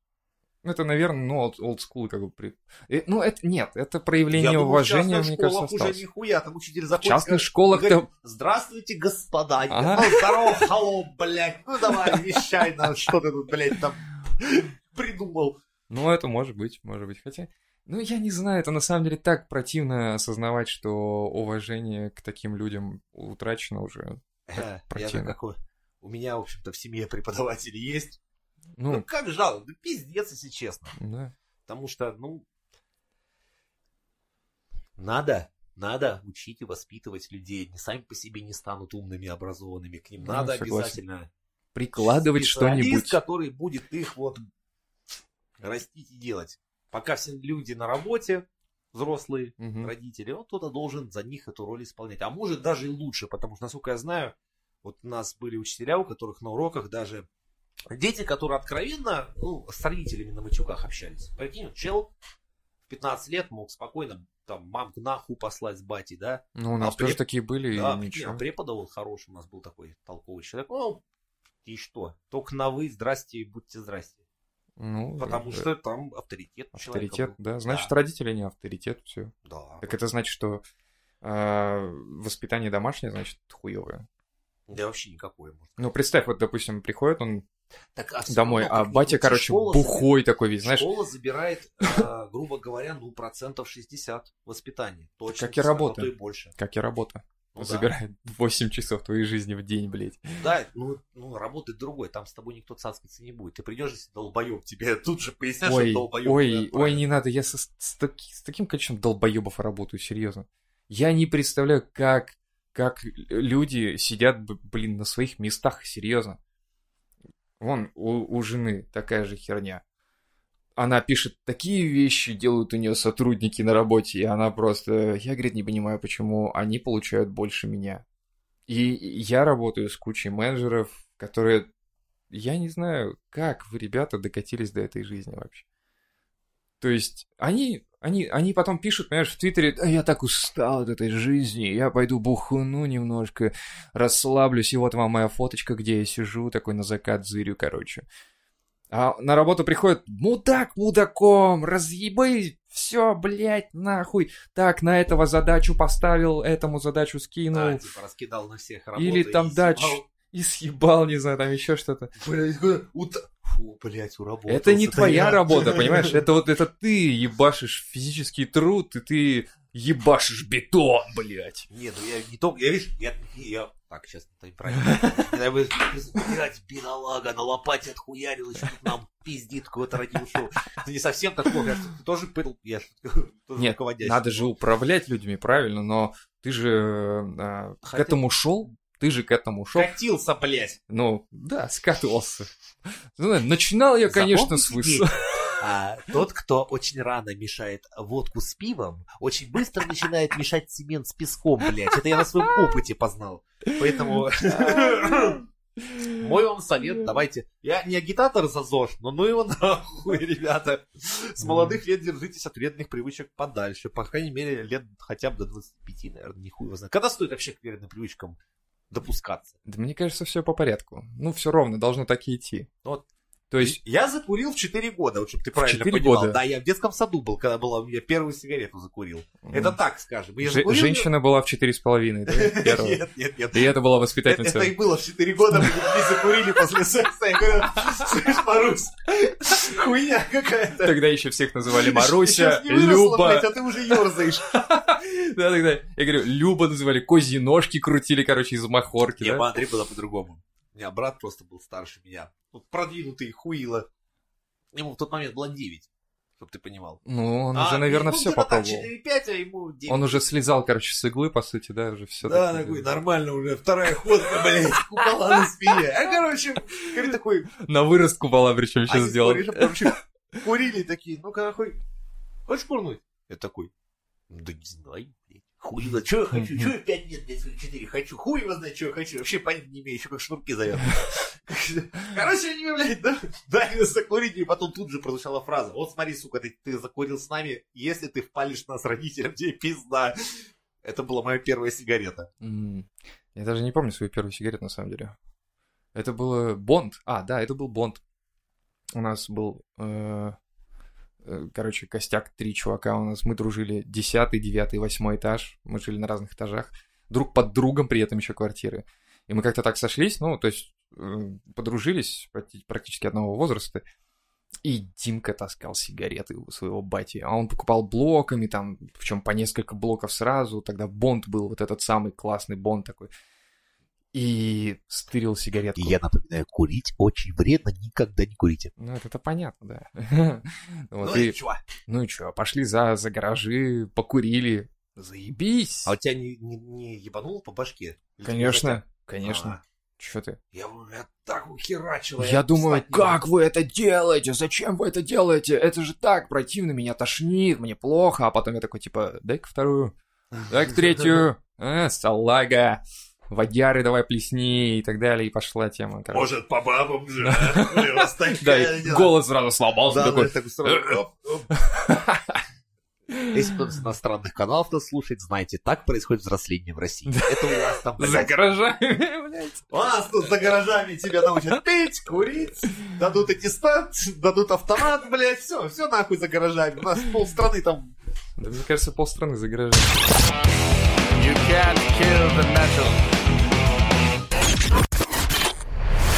Speaker 3: ну, это, наверное, ну, олд- олдскул как бы... При... э, Ну, это нет, это проявление
Speaker 2: Я думаю,
Speaker 3: уважения,
Speaker 2: в
Speaker 3: мне
Speaker 2: частных
Speaker 3: кажется,
Speaker 2: школах
Speaker 3: осталось.
Speaker 2: уже нихуя, там учитель
Speaker 3: В
Speaker 2: заходит.
Speaker 3: частных
Speaker 2: говорит,
Speaker 3: школах-то...
Speaker 2: говорит, Здравствуйте, господа. Я,
Speaker 3: Ага.
Speaker 2: «Ну, здорово, холоп, блядь. Ну давай, вещай нам, что ты тут, блядь, там придумал.
Speaker 3: Ну, это может быть, может быть. Хотя, ну, я не знаю, это на самом деле так противно осознавать, что уважение к таким людям утрачено уже.
Speaker 2: Э, Я
Speaker 3: противно.
Speaker 2: как у- у меня, в общем-то, в семье преподаватели есть. Ну,
Speaker 3: Ну,
Speaker 2: как жалко, да пиздец, если честно.
Speaker 3: да.
Speaker 2: Потому что, ну, надо, надо учить и воспитывать людей. Они сами по себе не станут умными, образованными. К ним
Speaker 3: Ну,
Speaker 2: надо
Speaker 3: согласен.
Speaker 2: обязательно
Speaker 3: Прикладывать
Speaker 2: специалист,
Speaker 3: что-нибудь.
Speaker 2: который будет их вот растить и делать. Пока все люди на работе, взрослые,
Speaker 3: Мгм.
Speaker 2: родители, вот кто-то должен за них эту роль исполнять. А может даже и лучше, потому что, насколько я знаю, вот у нас были учителя, у которых на уроках даже дети, которые откровенно ну, с родителями на мычуках общались. Прикинь, вот чел в 15 лет мог спокойно там мамку нахуй послать с батей, да?
Speaker 3: Ну, у нас
Speaker 2: а
Speaker 3: тоже
Speaker 2: преп-
Speaker 3: такие были,
Speaker 2: да,
Speaker 3: и
Speaker 2: прикинь, а
Speaker 3: ничего.
Speaker 2: препода вот хороший у нас был такой толковый человек. Ну, и что? Только на вы, здрасте, и будьте здрасте.
Speaker 3: Ну,
Speaker 2: Потому
Speaker 3: э,
Speaker 2: что там авторитет, у человека
Speaker 3: Авторитет,
Speaker 2: был.
Speaker 3: да. Значит,
Speaker 2: Да.
Speaker 3: родители не авторитет, все.
Speaker 2: Да.
Speaker 3: Так это значит, что э, воспитание домашнее, значит, хуевое.
Speaker 2: Да вообще никакое, может.
Speaker 3: Ну, представь, вот, допустим, приходит он
Speaker 2: Так, а всё
Speaker 3: домой,
Speaker 2: равно,
Speaker 3: а
Speaker 2: как ни
Speaker 3: батя,
Speaker 2: крути,
Speaker 3: короче,
Speaker 2: школа
Speaker 3: бухой такой весь, знаешь,
Speaker 2: Школа забирает, э, грубо говоря, ну, процентов 60 воспитания. Точно.
Speaker 3: Как и
Speaker 2: а то
Speaker 3: работа.
Speaker 2: и больше.
Speaker 3: как и работа.
Speaker 2: Ну да.
Speaker 3: Забирает 8 часов твоей жизни в день, блядь.
Speaker 2: Да, ну, ну, работает другой, там с тобой никто цацкаться не будет. Ты придешь, если долбоеб, тебе тут же пояснят,
Speaker 3: Ой,
Speaker 2: что долбоеб.
Speaker 3: ой, ой, не надо, я со- с, таки- с таким количеством долбоебов работаю, серьезно. Я не представляю, как, как люди сидят, б- блин, на своих местах, серьезно. Вон, у, у жены такая же херня. Она пишет, такие вещи делают у нее сотрудники на работе, и она просто... Я, говорит, не понимаю, почему они получают больше меня. И я работаю с кучей менеджеров, которые... Я не знаю, как вы, ребята, докатились до этой жизни вообще. То есть они, они, они потом пишут, понимаешь, в Твиттере, «А я так устал от этой жизни, я пойду бухуну немножко, расслаблюсь, и вот вам моя фоточка, где я сижу, такой на закат зырю, короче. А на работу приходит, мудак мудаком, разъебы, все, блядь, нахуй. Так, на этого задачу поставил, этому задачу скинул,
Speaker 2: Да, типа, раскидал на всех работу.
Speaker 3: ну. или там,
Speaker 2: и
Speaker 3: да,
Speaker 2: съебал.
Speaker 3: и съебал, не знаю, там еще что-то.
Speaker 2: Блядь, э, ут- Фу, блядь, уработался.
Speaker 3: Это не
Speaker 2: да
Speaker 3: твоя
Speaker 2: я.
Speaker 3: работа, понимаешь? Это вот это ты ебашишь физический труд, и ты ебашишь бетон, блядь.
Speaker 2: Не, ну я не только, я видишь, я, я- так, сейчас это неправильно. Я бы, блядь, бедолага, на лопате отхуярил, еще тут нам пиздит кого-то ради ушел. Это не совсем так плохо, я ж тут тоже пыл, я ж тут тоже
Speaker 3: Нет,
Speaker 2: руководящий.
Speaker 3: Надо же управлять людьми, правильно, но ты же э, к
Speaker 2: Хотя-
Speaker 3: этому шел, ты же к этому шел.
Speaker 2: Катился, блядь. Ну,
Speaker 3: Да, скатывался. Ну, да, Начинал я, конечно, с
Speaker 2: Запомните
Speaker 3: выше.
Speaker 2: а, тот, кто очень рано мешает водку с пивом, очень быстро начинает мешать цемент с песком, блядь. Это я на своем опыте познал. Поэтому Мой вам совет, давайте. Я не агитатор за ЗОЖ, но ну его нахуй, ребята. С молодых лет держитесь от вредных привычек подальше. По крайней мере, лет хотя бы до 25, наверное, нихуй его знает. Когда стоит вообще к вредным привычкам допускаться?
Speaker 3: Да мне кажется, все по порядку. Ну, все ровно, должно так и идти.
Speaker 2: Ну Вот.
Speaker 3: То есть,
Speaker 2: Я закурил в 4 года, вот чтобы ты правильно
Speaker 3: 4
Speaker 2: понимал.
Speaker 3: года?
Speaker 2: Да, я в детском саду был, когда была, я первую сигарету закурил. Это
Speaker 3: м,
Speaker 2: так, скажем. Я
Speaker 3: же-
Speaker 2: закурил- ну,
Speaker 3: женщина была в четыре с половиной, да, первая?
Speaker 2: Нет, нет, нет.
Speaker 3: И это была
Speaker 2: Это,
Speaker 3: воспитательница.
Speaker 2: это и было в 4 года, мы не закурили после секса. Я говорю, слышь, Марусь, хуйня какая-то.
Speaker 3: Тогда еще всех называли
Speaker 2: Ты ж- ты
Speaker 3: Маруся,
Speaker 2: щас не выросла,
Speaker 3: Люба.
Speaker 2: блядь, а ты уже ерзаешь.
Speaker 3: Да, тогда, я говорю, Люба называли, козьи ножки крутили, короче, из махорки,
Speaker 2: Я
Speaker 3: да?
Speaker 2: по Андрею было по-другому. У меня брат просто был старше меня. Ну, продвинутый, хуило. Ему в тот момент было 9, чтобы ты понимал.
Speaker 3: Ну, он
Speaker 2: А,
Speaker 3: уже, наверное,
Speaker 2: ну,
Speaker 3: все
Speaker 2: где-то там
Speaker 3: попробовал.
Speaker 2: 4,5, а ему 9.
Speaker 3: Он уже слезал, короче, с иглы, по сути, да, уже все.
Speaker 2: Да, такой, нормально уже, вторая ходка, блядь, купола на спине. А, короче, говорит, такой,
Speaker 3: На выростку была, причем
Speaker 2: а
Speaker 3: сейчас сделал.
Speaker 2: история же, короче, курили такие, ну-ка, нахуй, Хочешь курнуть? Я такой, да не знаю, блядь. Хуй его, что я хочу, что я пять лет, блядь, или четыре хочу, хуй его знает, что я хочу, вообще понятия не имею, еще как шнурки завязаны. Короче, они меня, блядь, да- дали закурить, и потом тут же прозвучала фраза, вот смотри, сука, ты, ты закурил с нами, если ты впалишь нас родителям, тебе пизда. Это была моя первая сигарета.
Speaker 3: М, Я даже не помню свою первую сигарету, на самом деле. Это было Бонд. А, да, это был Бонд. У нас был, э, э, короче, костяк, три чувака у нас. Мы дружили 10, 9, 8 этаж. Мы жили на разных этажах. Друг под другом при этом еще квартиры. И мы как-то так сошлись, ну, то есть э, подружились практи- практически одного возраста. И Димка таскал сигареты у своего бати. А он покупал блоками, там, причем по несколько блоков сразу. Тогда Бонд был, вот этот самый классный Бонд такой. И стырил сигаретку.
Speaker 2: напоминаю, курить очень вредно, никогда не курите.
Speaker 3: Ну, это понятно, да. Вот,
Speaker 2: Ну
Speaker 3: и-
Speaker 2: и чё?
Speaker 3: ну и чё, пошли за, за гаражи, покурили. Заебись!
Speaker 2: А у тебя не, не, не ебануло по башке? Или ты
Speaker 3: Конечно,
Speaker 2: не
Speaker 3: конечно.
Speaker 2: хотел?
Speaker 3: Чё ты?
Speaker 2: А, Ну, я, я так ухерачил.
Speaker 3: Я думаю,
Speaker 2: встать не мог.
Speaker 3: как вы это делаете? Зачем вы это делаете? Это же так противно, меня тошнит, мне плохо. А потом я такой, типа, дай-ка вторую, дай-ка третью. А, салага. Водяры давай плесни и так далее. И пошла тема, короче.
Speaker 1: Может, по бабам же,
Speaker 2: а?
Speaker 3: Да, и голос сразу сломался.
Speaker 2: Да,
Speaker 3: такой,
Speaker 2: да, такой сразу, оп, оп. Если кто-то с иностранных каналов нас слушает, знаете, так происходит взросление в России. Это у нас там,
Speaker 3: За
Speaker 2: блядь,
Speaker 3: гаражами, блядь.
Speaker 2: у нас тут за гаражами тебя научат пить, курить, дадут аттестат, дадут автомат, блядь, все, все нахуй за гаражами. У нас полстраны там...
Speaker 3: Да, мне кажется, полстраны за гаражами.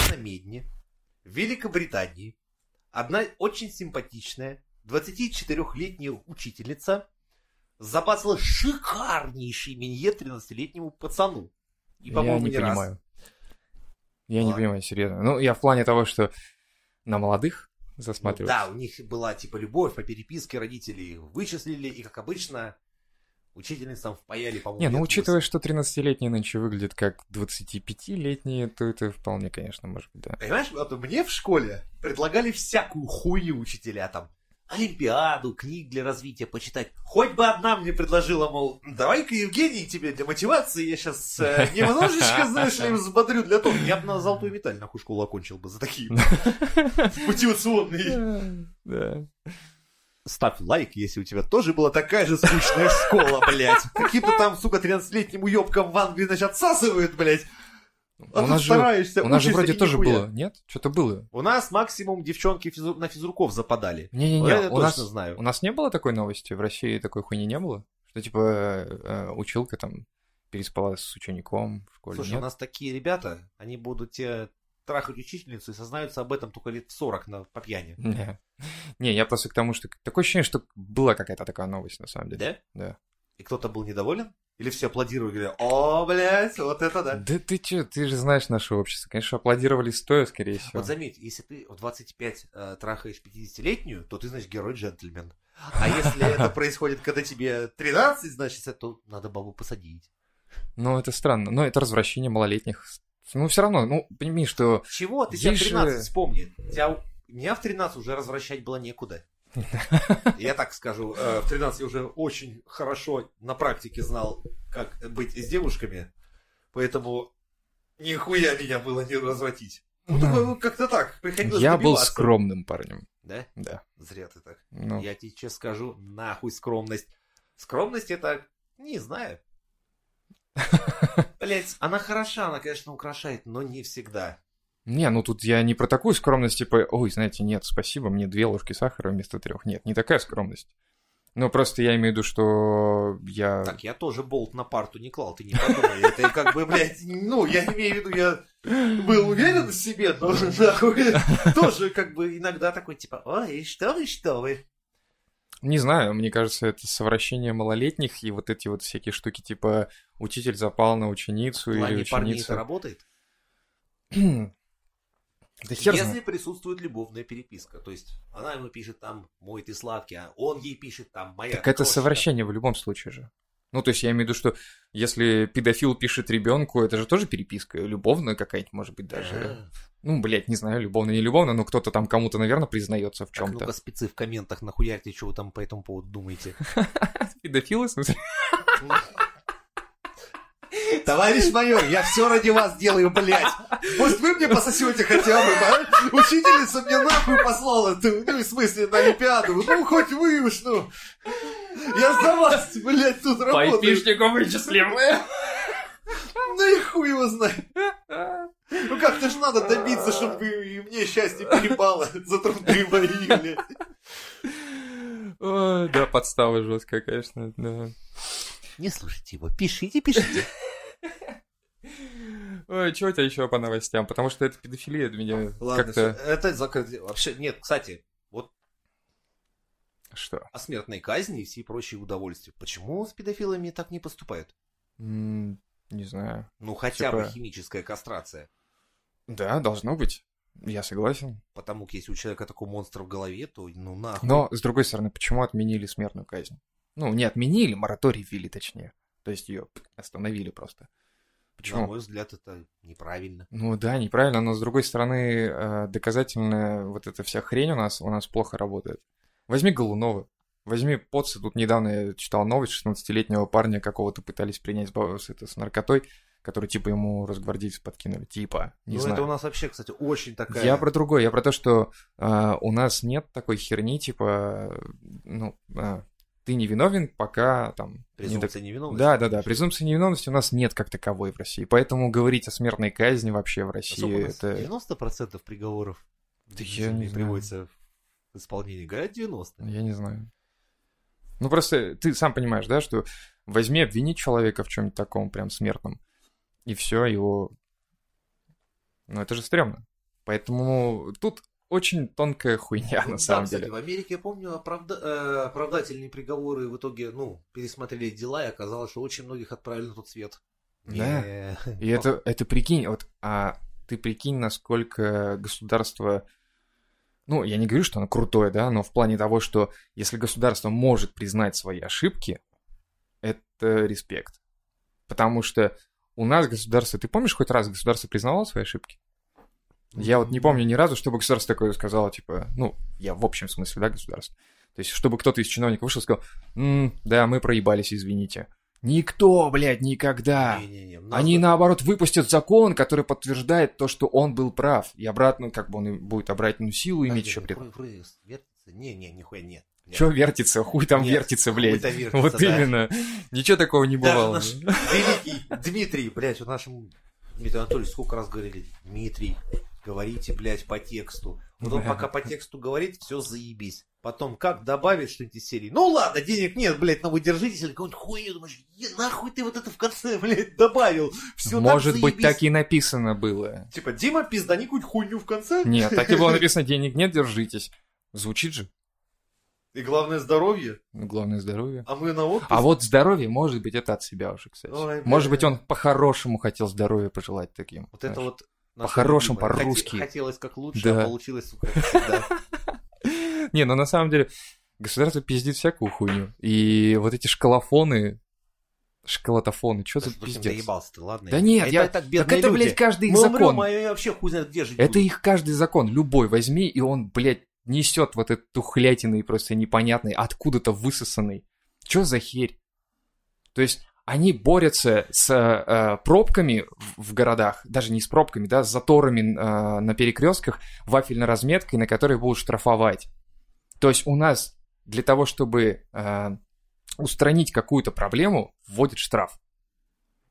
Speaker 2: На Медне, в Великобритании, одна очень симпатичная 24-летняя учительница запасла шикарнейший минье 13-летнему пацану. И,
Speaker 3: я
Speaker 2: по-моему,
Speaker 3: не
Speaker 2: не раз.
Speaker 3: понимаю. Я не
Speaker 2: Ладно.
Speaker 3: понимаю, серьезно. Ну, я в плане того, что на молодых засматриваюсь.
Speaker 2: Ну Да, у них была типа любовь по переписке родителей. их Вычислили, и как обычно, учительницам впаяли, по-моему,
Speaker 3: Не, ну
Speaker 2: лет
Speaker 3: учитывая, что 13-летние нынче выглядят как 25-летние, то это вполне, конечно, может быть, да.
Speaker 2: 8. Понимаешь, вот мне в школе предлагали всякую хуйню учителя там. Олимпиаду, книг для развития почитать. Хоть бы одна мне предложила, мол, давай-ка, Евгений, тебе для мотивации я сейчас немножечко, знаешь ли, взбодрю для того. Я бы на золотую медаль нахуй школу окончил бы за такие мотивационные.
Speaker 3: Да.
Speaker 2: Ставь лайк, если у тебя тоже была такая же скучная школа, блядь. Каким-то там, сука, 13-летним уёбкам в Англии, значит, отсасывают, блядь. А
Speaker 3: Ну, У
Speaker 2: ты
Speaker 3: нас же
Speaker 2: стараешься,
Speaker 3: у нас же
Speaker 2: учишься
Speaker 3: вроде
Speaker 2: и
Speaker 3: тоже
Speaker 2: нихуя.
Speaker 3: было, нет? Что-то было.
Speaker 2: У нас максимум девчонки физру- на физруков западали. Вот это
Speaker 3: Не-не-не, у
Speaker 2: точно
Speaker 3: нас
Speaker 2: знаю.
Speaker 3: у нас не было такой новости, в России такой хуйни не было, что типа э, э, училка там переспала с учеником в школе.
Speaker 2: Слушай,
Speaker 3: нет?
Speaker 2: у нас такие ребята, они будут тебе трахать учительницу и сознаются об этом только лет в 40 на, по пьяни.
Speaker 3: Не. Не, я просто к тому, что такое ощущение, что была какая-то такая новость, на самом деле.
Speaker 2: Да?
Speaker 3: Да.
Speaker 2: И кто-то был недоволен? Или все аплодировали и говорили, о, блядь, вот это да.
Speaker 3: ты че, ты же знаешь наше общество. Конечно, аплодировали стоя, скорее всего.
Speaker 2: Вот заметь, если ты в 25 э, трахаешь 50-летнюю, то ты, значит, герой-джентльмен. А если это происходит, когда тебе 13, значит, то надо бабу посадить.
Speaker 3: Но это странно. Но это развращение малолетних. Ну, все равно, ну, пойми, что...
Speaker 2: Чего? Ты себя в
Speaker 3: Есть же-
Speaker 2: 13 вспомни. Тебя... Меня в 13 уже развращать было некуда. Я так скажу, э, в 13 я уже очень хорошо на практике знал, как быть с девушками, поэтому нихуя меня было не развратить. Ну, такое, ну, как-то так, приходилось
Speaker 3: Я был
Speaker 2: добиваться.
Speaker 3: скромным парнем.
Speaker 2: Да?
Speaker 3: Да.
Speaker 2: Зря ты так.
Speaker 3: Ну,
Speaker 2: Я тебе сейчас скажу, нахуй скромность. Скромность это, не знаю. Блять, она хороша, она, конечно, украшает, но не всегда.
Speaker 3: Не, ну тут я не про такую скромность, типа, ой, знаете, нет, спасибо, мне две ложки сахара вместо трех. Нет, не такая скромность. Ну, просто я имею в виду, что я...
Speaker 2: Так, я тоже болт на парту не клал, ты не подумай. Это как бы, блядь, ну, я имею в виду, я был уверен в себе, но нахуй, тоже как бы иногда такой, типа, ой, что вы, что вы.
Speaker 3: Не знаю, мне кажется, это совращение малолетних и вот эти вот всякие штуки, типа учитель запал на ученицу
Speaker 2: В
Speaker 3: или
Speaker 2: плане парней это
Speaker 3: ученица.
Speaker 2: работает.
Speaker 3: Да хер
Speaker 2: Если
Speaker 3: знает.
Speaker 2: присутствует любовная переписка, то есть она ему пишет там, мой ты сладкий, а он ей пишет там, моя
Speaker 3: Так это
Speaker 2: крошка».
Speaker 3: совращение в любом случае же. Ну, то есть я имею в виду, что если педофил пишет ребенку, это же тоже переписка любовная какая-нибудь, может быть, даже.
Speaker 2: А,
Speaker 3: Ну, блядь, не знаю, любовно, не любовно, но кто-то там кому-то, наверное, признается в
Speaker 2: Так,
Speaker 3: чем-то.
Speaker 2: ну-ка, спецы в комментах, нахуярьте, что вы там по этому поводу думаете.
Speaker 3: Педофилы, в смысле?
Speaker 2: Товарищ майор, я все ради вас делаю, блядь. Пусть вы мне пососете хотя бы, да? Учительница мне нахуй послала, ты, ну, в смысле, на Олимпиаду. Ну, хоть вы уж, ну. Я за вас, блядь, тут
Speaker 3: По
Speaker 2: работаю.
Speaker 3: айпишнику вычислим.
Speaker 2: Ну и хуй его знает. Ну как-то же надо добиться, чтобы и мне счастье перепало за труды мои, блядь.
Speaker 3: Ой, Да, подстава жесткая, конечно, да.
Speaker 2: Не слушайте его, пишите, пишите.
Speaker 3: Ой, что у тебя еще по новостям? Потому что это педофилия для меня
Speaker 2: Ладно, всё,
Speaker 3: как-то...
Speaker 2: это закрыто. Вообще, нет, кстати,
Speaker 3: Что?
Speaker 2: о смертной казни и все прочие удовольствия. Почему с педофилами так не поступают?
Speaker 3: М, Не знаю.
Speaker 2: Ну, хотя бы
Speaker 3: Типа-
Speaker 2: химическая кастрация.
Speaker 3: Да, должно быть. Я согласен.
Speaker 2: Потому как если у человека такой монстр в голове, то ну нахуй.
Speaker 3: Но, А с другой стороны, почему отменили смертную казнь? Ну, не отменили, мораторий ввели, точнее. То есть ее остановили просто.
Speaker 2: На
Speaker 3: Почему?
Speaker 2: мой взгляд, это неправильно.
Speaker 3: Ну да, неправильно, но с другой стороны, э, доказательная вот эта вся хрень у нас, у нас плохо работает. Возьми Голунова, возьми Потца, тут недавно я читал новость, 16-летнего парня какого-то пытались принять с, ба- с, это, с наркотой, который типа ему разгвардейцы подкинули, типа, не
Speaker 2: ну,
Speaker 3: знаю.
Speaker 2: это у нас вообще, кстати, очень такая...
Speaker 3: Я про другое, я про то, что а, у нас нет такой херни, типа, ну, а, ты не виновен, пока там... не док-
Speaker 2: Презумпция невиновности.
Speaker 3: Да, да, да. Презумпция невиновности у нас нет как таковой в России. Поэтому говорить о смертной казни вообще в
Speaker 2: Особо у
Speaker 3: России
Speaker 2: нас
Speaker 3: это.
Speaker 2: 90% приговоров
Speaker 3: Да я не
Speaker 2: обвинительных
Speaker 3: знаю.
Speaker 2: приводится в исполнение. Говорят, 90.
Speaker 3: Я не знаю. Ну просто ты сам понимаешь, да, что возьми, обвини человека в чем-нибудь таком прям смертном, и все, его... Ну это же стрёмно. Поэтому тут очень тонкая хуйня
Speaker 2: Ну, да,
Speaker 3: на самом
Speaker 2: кстати,
Speaker 3: деле.
Speaker 2: в Америке, я помню, оправда- э, оправдательные приговоры в итоге, ну, пересмотрели дела, и оказалось, что очень многих отправили на тот свет.
Speaker 3: Да.
Speaker 2: Не-
Speaker 3: И это, это прикинь, вот, а ты прикинь, насколько государство, ну, я не говорю, что оно крутое, да, но в плане того, что если государство может признать свои ошибки, это респект. Потому что у нас государство, ты помнишь хоть раз государство признавало свои ошибки? Я вот не помню ни разу, чтобы государство такое сказало, типа, ну, я в общем смысле, да, государство. То есть, чтобы кто-то из чиновников вышел и сказал, «М, да, мы проебались, извините. Никто, блядь, никогда.
Speaker 2: Не-не-не, у нас
Speaker 3: А, Они
Speaker 2: бы-
Speaker 3: наоборот выпустят закон, который подтверждает то, что он был прав. И обратно, как бы он и будет обратную силу иметь
Speaker 2: Подожди,
Speaker 3: еще
Speaker 2: ну,
Speaker 3: бред.
Speaker 2: про- про- вертится? Не-не, нихуя нет. Нет.
Speaker 3: Че вертится? Хуй там
Speaker 2: Нет,
Speaker 3: вертится, блядь.
Speaker 2: хуй-то вертится,
Speaker 3: Вот
Speaker 2: да.
Speaker 3: именно. Ничего такого не
Speaker 2: Даже
Speaker 3: бывало.
Speaker 2: наш великий Дмитрий, блядь, у нашему Дмитрию Анатольевичу сколько раз говорили, Дмитрий, говорите, блядь, по тексту. Вот он
Speaker 3: Да.
Speaker 2: пока по тексту говорит, все заебись. Потом как добавить что-нибудь из серии? Ну ладно, денег нет, блядь, но вы держитесь. Или какую-нибудь хуйню думаешь, «Е, нахуй ты вот это в конце, блядь, добавил. Все
Speaker 3: Может быть, так и написано было.
Speaker 2: Типа, Дима, пиздани какую-нибудь хуйню в конце.
Speaker 3: Нет, так и было написано, денег нет, держитесь. Звучит же.
Speaker 2: И главное, здоровье.
Speaker 3: Ну, Главное здоровье.
Speaker 2: А мы на отпуск.
Speaker 3: А вот здоровье, может быть, это от себя уже, кстати.
Speaker 2: Ой, бля.
Speaker 3: Может быть, он по-хорошему хотел здоровья пожелать таким.
Speaker 2: Вот это
Speaker 3: знаешь.
Speaker 2: вот... наше
Speaker 3: По-хорошему,
Speaker 2: любимое. Хоте-
Speaker 3: по-русски.
Speaker 2: Хотелось как лучше,
Speaker 3: Да.
Speaker 2: а получилось, сука, как всегда.
Speaker 3: Не, ну на самом деле государство пиздит всякую хуйню. И вот эти шкалофоны, шкалотофоны, что за
Speaker 2: Слушай, Максим,
Speaker 3: пиздец?
Speaker 2: доебался ты, ладно?
Speaker 3: Да нет,
Speaker 2: это,
Speaker 3: я-
Speaker 2: так
Speaker 3: Так
Speaker 2: бедные
Speaker 3: это,
Speaker 2: люди.
Speaker 3: блядь, каждый их
Speaker 2: Мы умрём,
Speaker 3: закон.
Speaker 2: а я вообще хуй знает, где жить
Speaker 3: Это
Speaker 2: буду.
Speaker 3: их каждый закон. Любой возьми, и он, блядь, несет вот эту тухлятиной просто непонятной, откуда-то высосанной. Чё за херь? То есть они борются с э, э, пробками в в городах, даже не с пробками, да, с заторами э, на перекрестках, вафельной разметкой, на которой будут штрафовать. То есть у нас для того, чтобы э, устранить какую-то проблему, вводят штраф.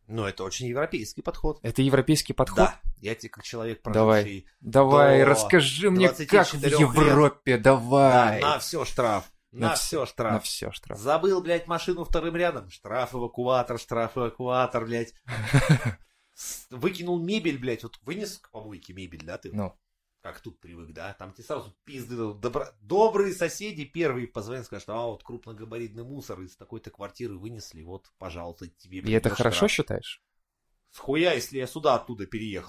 Speaker 2: Ну, это очень европейский подход.
Speaker 3: Это европейский подход.
Speaker 2: Да, я тебе как человек проживший.
Speaker 3: Давай,
Speaker 2: До
Speaker 3: расскажи мне, как в
Speaker 2: 24
Speaker 3: Европе, давай.
Speaker 2: На, все штраф.
Speaker 3: На
Speaker 2: На,
Speaker 3: вс-
Speaker 2: все штраф.
Speaker 3: На все штраф.
Speaker 2: Забыл, блядь, машину вторым рядом. Штраф, эвакуатор, штраф, эвакуатор, блядь. С- Выкинул мебель, блядь. Вот вынес к помойке мебель, да, ты?
Speaker 3: Ну.
Speaker 2: Как тут привык, да? Там тебе сразу пизды дадут. Добра- Добрые соседи первые позвонят, скажут, а вот крупногабаритный мусор из такой-то квартиры вынесли, вот, пожалуйста, тебе.
Speaker 3: И это
Speaker 2: штраф».
Speaker 3: хорошо считаешь?
Speaker 2: Схуя, если я сюда оттуда переехал.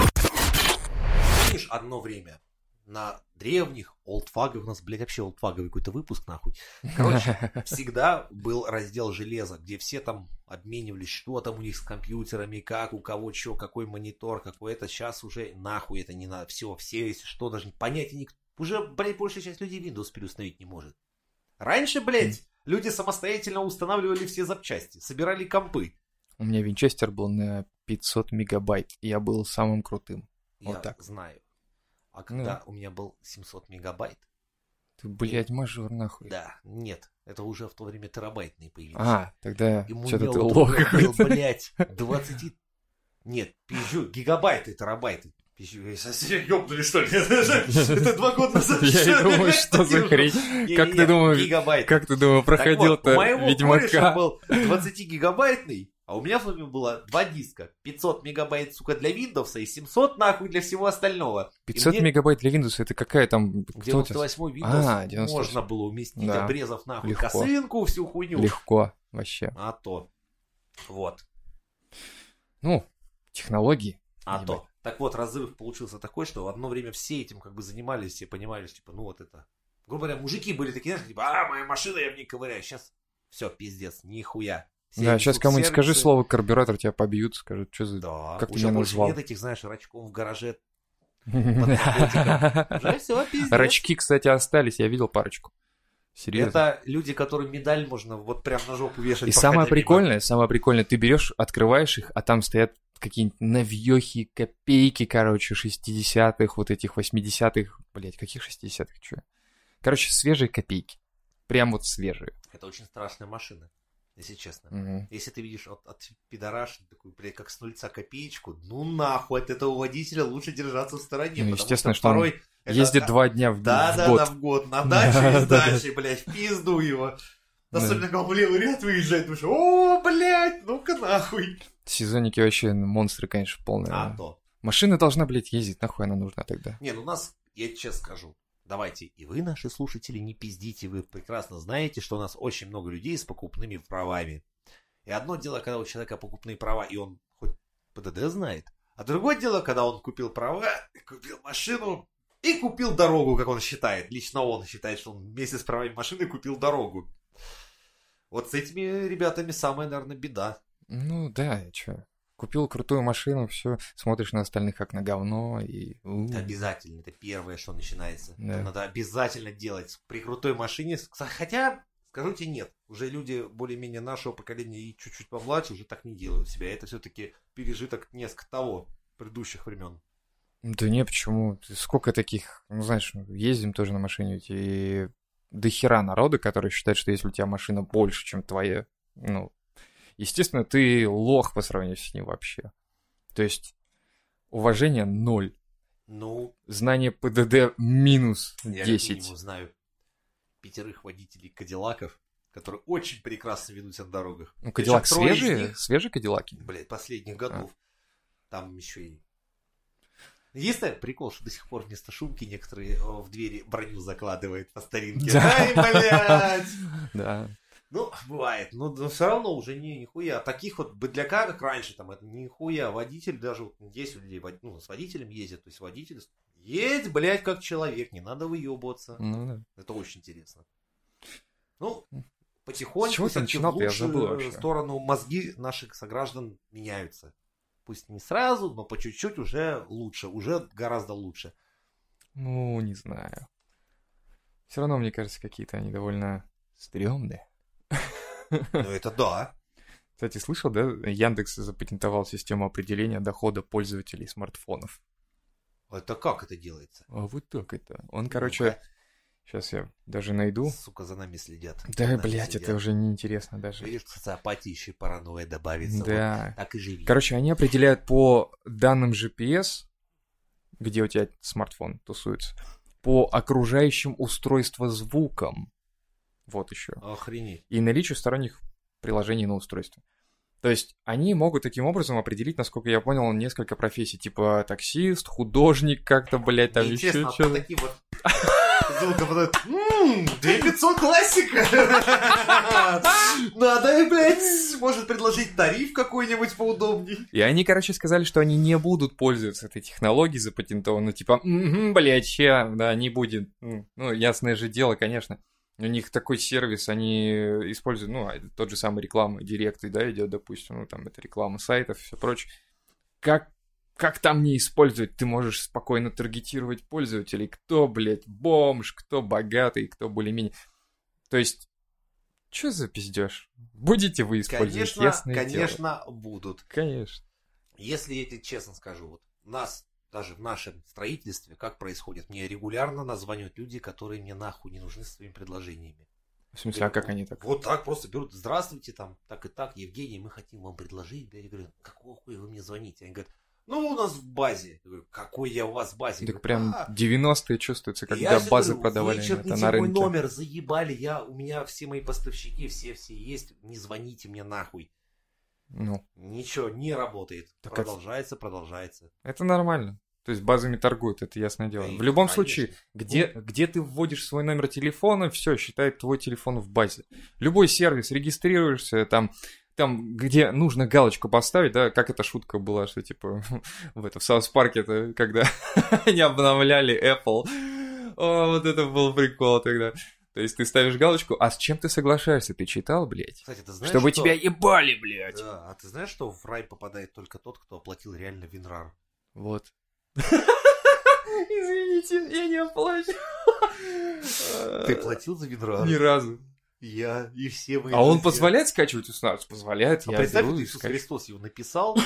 Speaker 2: Помнишь одно время на древних олдфагов, у нас, блядь, вообще олдфаговый какой-то выпуск, нахуй. Короче, Всегда был раздел железа, где все там обменивались, что там у них с компьютерами, как, у кого что, какой монитор, какой это. Сейчас уже нахуй это не надо. Все, все, если что, даже понятия никто. Уже, блядь, большая часть людей Windows переустановить не может. Раньше, блядь, люди самостоятельно устанавливали все запчасти, собирали компы.
Speaker 3: У меня винчестер был на 500 мегабайт, и я был самым крутым. Вот
Speaker 2: Я
Speaker 3: так. Ну
Speaker 2: знаю. А когда у меня был 700 мегабайт,
Speaker 3: Ты, блядь, мажор, нахуй.
Speaker 2: да, нет, это уже в то время терабайтные появились.
Speaker 3: А, тогда
Speaker 2: И у
Speaker 3: что-то
Speaker 2: меня
Speaker 3: ты
Speaker 2: вот
Speaker 3: лох
Speaker 2: друг был,
Speaker 3: какой-то.
Speaker 2: блядь, 20... Нет, пизжу, гигабайты, терабайты. Пизжу, я совсем ёбнули, что ли? Это два года назад.
Speaker 3: Я и
Speaker 2: что ли?
Speaker 3: думаю, что за хрень.
Speaker 2: Не-не-не,
Speaker 3: Как ты думаешь,
Speaker 2: Гигабайты.
Speaker 3: как ты думаешь,
Speaker 2: Так вот,
Speaker 3: проходил-то
Speaker 2: у моего кореша
Speaker 3: Ведьмака?
Speaker 2: был 20-гигабайтный, а у меня в доме было два диска. 500 мегабайт, сука, для Windows и 700 нахуй для всего остального. И
Speaker 3: 500
Speaker 2: мне
Speaker 3: мегабайт для Windows, это какая там... Кто у тебя?
Speaker 2: 98 Windows
Speaker 3: А, 98.
Speaker 2: можно было уместить,
Speaker 3: Да.
Speaker 2: обрезав нахуй
Speaker 3: Легко.
Speaker 2: косынку, всю хуйню.
Speaker 3: Легко, вообще.
Speaker 2: А то. Вот.
Speaker 3: Ну, технологии.
Speaker 2: А
Speaker 3: Ебать.
Speaker 2: то. Так вот, разрыв получился такой, что в одно время все этим как бы занимались и понимали, что, типа, ну вот это. Грубо говоря, мужики были такие, знаешь, типа, а, моя машина, я в ней ковыряю. Сейчас все, пиздец, нихуя. Все
Speaker 3: Да,
Speaker 2: эти
Speaker 3: сейчас кому-нибудь скажи
Speaker 2: сервисы-
Speaker 3: слово карбюратор, тебя побьют, скажут, что за...
Speaker 2: Да,
Speaker 3: Как ты
Speaker 2: уже
Speaker 3: меня
Speaker 2: больше
Speaker 3: назвал?
Speaker 2: нет этих, знаешь, рачком в гараже. наркотиком. Уже все, пиздец.
Speaker 3: Рачки, кстати, остались, я видел парочку. Серьезно.
Speaker 2: Это люди, которым медаль можно вот прям на жопу вешать.
Speaker 3: И
Speaker 2: проходя
Speaker 3: самое
Speaker 2: мимо.
Speaker 3: прикольное, самое прикольное, ты берешь, открываешь их, а там стоят какие-нибудь навьехи, копейки, короче, 60-х, вот этих 80-х, блять, каких 60-х, чё? Короче, свежие копейки. Прям вот свежие.
Speaker 2: Это очень страшная машина, если честно.
Speaker 3: Мгм.
Speaker 2: Если ты видишь от, от пидораши, такую, блядь, как с нульца копеечку, ну нахуй, от этого водителя лучше держаться в стороне.
Speaker 3: Ну,
Speaker 2: потому
Speaker 3: естественно,
Speaker 2: что
Speaker 3: что он
Speaker 2: порой это-
Speaker 3: Ездит два дня в,
Speaker 2: Да,
Speaker 3: в
Speaker 2: да,
Speaker 3: год.
Speaker 2: да, в год. На
Speaker 3: Да,
Speaker 2: даче и с
Speaker 3: да, да.
Speaker 2: дачей, блядь, в пизду его.
Speaker 3: Да.
Speaker 2: Особенно, когда он в левый ряд выезжает, думаешь, о, блядь, ну-ка нахуй.
Speaker 3: Сезонники вообще ну, монстры, конечно, полные.
Speaker 2: А то.
Speaker 3: Машина должна, блядь, ездить, нахуй она нужна тогда.
Speaker 2: Не, ну нас, я тебе честно скажу, давайте и вы, наши слушатели, не пиздите, вы прекрасно знаете, что у нас очень много людей с покупными правами. И одно дело, когда у человека покупные права, и он хоть ПДД знает, а другое дело, когда он купил права, купил машину и купил дорогу, как он считает. Лично он считает, что он вместе с правами машины купил дорогу. Вот с этими ребятами самая, наверное, беда.
Speaker 3: Ну да, че. Купил крутую машину, все, смотришь на остальных как на говно и... у.
Speaker 2: Это обязательно, это первое, что начинается.
Speaker 3: Да.
Speaker 2: Это надо обязательно делать при крутой машине. С- Хотя, скажу тебе, нет. Уже люди более-менее нашего поколения и чуть-чуть помладше уже так не делают себя. Это все-таки пережиток несколько того предыдущих времен.
Speaker 3: Да не, почему? Ты Сколько таких, ну знаешь, ездим тоже на машине, ведь, и до хера народа, который считает, что если у тебя машина больше, чем твоя, ну, естественно, ты лох по сравнению с ним вообще. То есть уважение ноль,
Speaker 2: Ну,
Speaker 3: знание ПДД минус
Speaker 2: я
Speaker 3: 10.
Speaker 2: минимум знаю пятерых водителей Кадиллаков, которые очень прекрасно ведутся на дорогах.
Speaker 3: Ну,
Speaker 2: Причём
Speaker 3: Кадиллак
Speaker 2: трое из
Speaker 3: свежие?
Speaker 2: них-
Speaker 3: Свежие Кадиллаки?
Speaker 2: блядь, последних годов. Там еще и... Единственное, прикол, что до сих пор вместо шумки некоторые о, в двери броню закладывают по старинке.
Speaker 3: Да.
Speaker 2: Ай, блядь!
Speaker 3: Да.
Speaker 2: Ну, бывает. Но, все равно уже не, нихуя. А таких вот быдляка, как раньше, там, это нихуя. Водитель даже, вот здесь у людей, вод- ну, с водителем ездит. То есть водитель едет, блядь, как человек. Не надо выебываться.
Speaker 3: Ну да.
Speaker 2: Это очень интересно. Ну,
Speaker 3: Мгм.
Speaker 2: потихоньку
Speaker 3: С чего ты
Speaker 2: всё-таки в
Speaker 3: начинал-то? Я
Speaker 2: лучшую
Speaker 3: забыл вообще.
Speaker 2: сторону мозги наших сограждан меняются. Пусть не сразу, но по чуть-чуть уже лучше, уже гораздо лучше.
Speaker 3: Ну, не знаю. Все равно, мне кажется, какие-то они довольно стрёмные.
Speaker 2: Но это да.
Speaker 3: Кстати, слышал, да, Яндекс запатентовал систему определения дохода пользователей смартфонов.
Speaker 2: Это как это делается?
Speaker 3: А вот так это. Он, короче, сейчас я даже найду.
Speaker 2: Сука, за нами следят. За
Speaker 3: Да,
Speaker 2: нами
Speaker 3: блядь,
Speaker 2: следят.
Speaker 3: это уже неинтересно даже.
Speaker 2: Видишь, к социопатии еще и паранойя добавится. Вот
Speaker 3: Да.
Speaker 2: так и живи.
Speaker 3: Короче, они определяют по данным GPS, где у тебя смартфон тусуется, по окружающим устройство звукам. Вот еще.
Speaker 2: Охренеть.
Speaker 3: и наличию сторонних приложений на устройстве. То есть они могут таким образом определить, насколько я понял, несколько профессий, типа таксист, художник, как-то, блядь, там
Speaker 2: Мне
Speaker 3: еще
Speaker 2: интересно, а
Speaker 3: что-то.
Speaker 2: такие вот бутылка, потом, «М, 2500 классика. Ну, Надо, блядь, может предложить тариф какой-нибудь поудобней.
Speaker 3: И они, короче, сказали, что они не будут пользоваться этой технологией запатентованной, типа, «Мгм, блядь, ща, да, не будет. М, Ну, ясное же дело, конечно. У них такой сервис, они используют, ну, а тот же самый реклама директ, да, идет, допустим, ну, там, это реклама сайтов и все прочее. Как, как там не использовать? Ты можешь спокойно таргетировать пользователей. Кто, блядь, бомж, кто богатый, кто более-менее. То есть, что за пиздеж? Будете вы использовать
Speaker 2: Конечно,
Speaker 3: ясное дело.
Speaker 2: конечно, будут.
Speaker 3: Конечно.
Speaker 2: Если я тебе честно скажу, вот нас, даже в нашем строительстве, как происходит, мне регулярно названивают люди, которые мне нахуй не нужны с своими предложениями.
Speaker 3: В смысле, а как они так?
Speaker 2: Вот так просто берут, здравствуйте, там, так и так, Евгений, мы хотим вам предложить. Да, я говорю, какого хуя вы мне звоните? Они говорят, ну, у нас в базе. Я говорю, какой я у вас в базе? Я говорю,
Speaker 3: Так прям
Speaker 2: «А,
Speaker 3: 90-е чувствуется,
Speaker 2: я
Speaker 3: когда
Speaker 2: всё
Speaker 3: базы
Speaker 2: говорю,
Speaker 3: продавали им
Speaker 2: вычеркните
Speaker 3: это
Speaker 2: мой
Speaker 3: на рынке.
Speaker 2: типа номер, заебали, я, у меня все мои поставщики, все-все есть, не звоните мне нахуй.
Speaker 3: Ну,
Speaker 2: Ничего, не работает.
Speaker 3: Так а это-
Speaker 2: продолжается, продолжается.
Speaker 3: это нормально. То есть базами торгуют, это ясное дело.
Speaker 2: Да и
Speaker 3: В любом
Speaker 2: конечно.
Speaker 3: случае, где, где ты вводишь свой номер телефона, все, считает твой телефон в базе. Любой сервис, регистрируешься, там, там, где нужно галочку поставить, да, как эта шутка была, что типа в этом Саус Парке, это когда они обновляли Apple. О, вот это был прикол тогда. То есть ты ставишь галочку, а с чем ты соглашаешься? Ты читал, блядь?
Speaker 2: Кстати, ты знаешь,
Speaker 3: Чтобы
Speaker 2: что-
Speaker 3: тебя ебали, блядь.
Speaker 2: Да, а ты знаешь, что в рай попадает только тот, кто оплатил реально Винрар?
Speaker 3: Вот. Извините, я не оплачу. Э,
Speaker 2: Ты платил за Винрар?
Speaker 3: Ни разу.
Speaker 2: Я и все мы.
Speaker 3: А он позволяет скачивать у нас? Позволяет.
Speaker 2: А
Speaker 3: я
Speaker 2: представь,
Speaker 3: беру
Speaker 2: вот
Speaker 3: и
Speaker 2: Иисус
Speaker 3: скачиваю.
Speaker 2: Христос его написал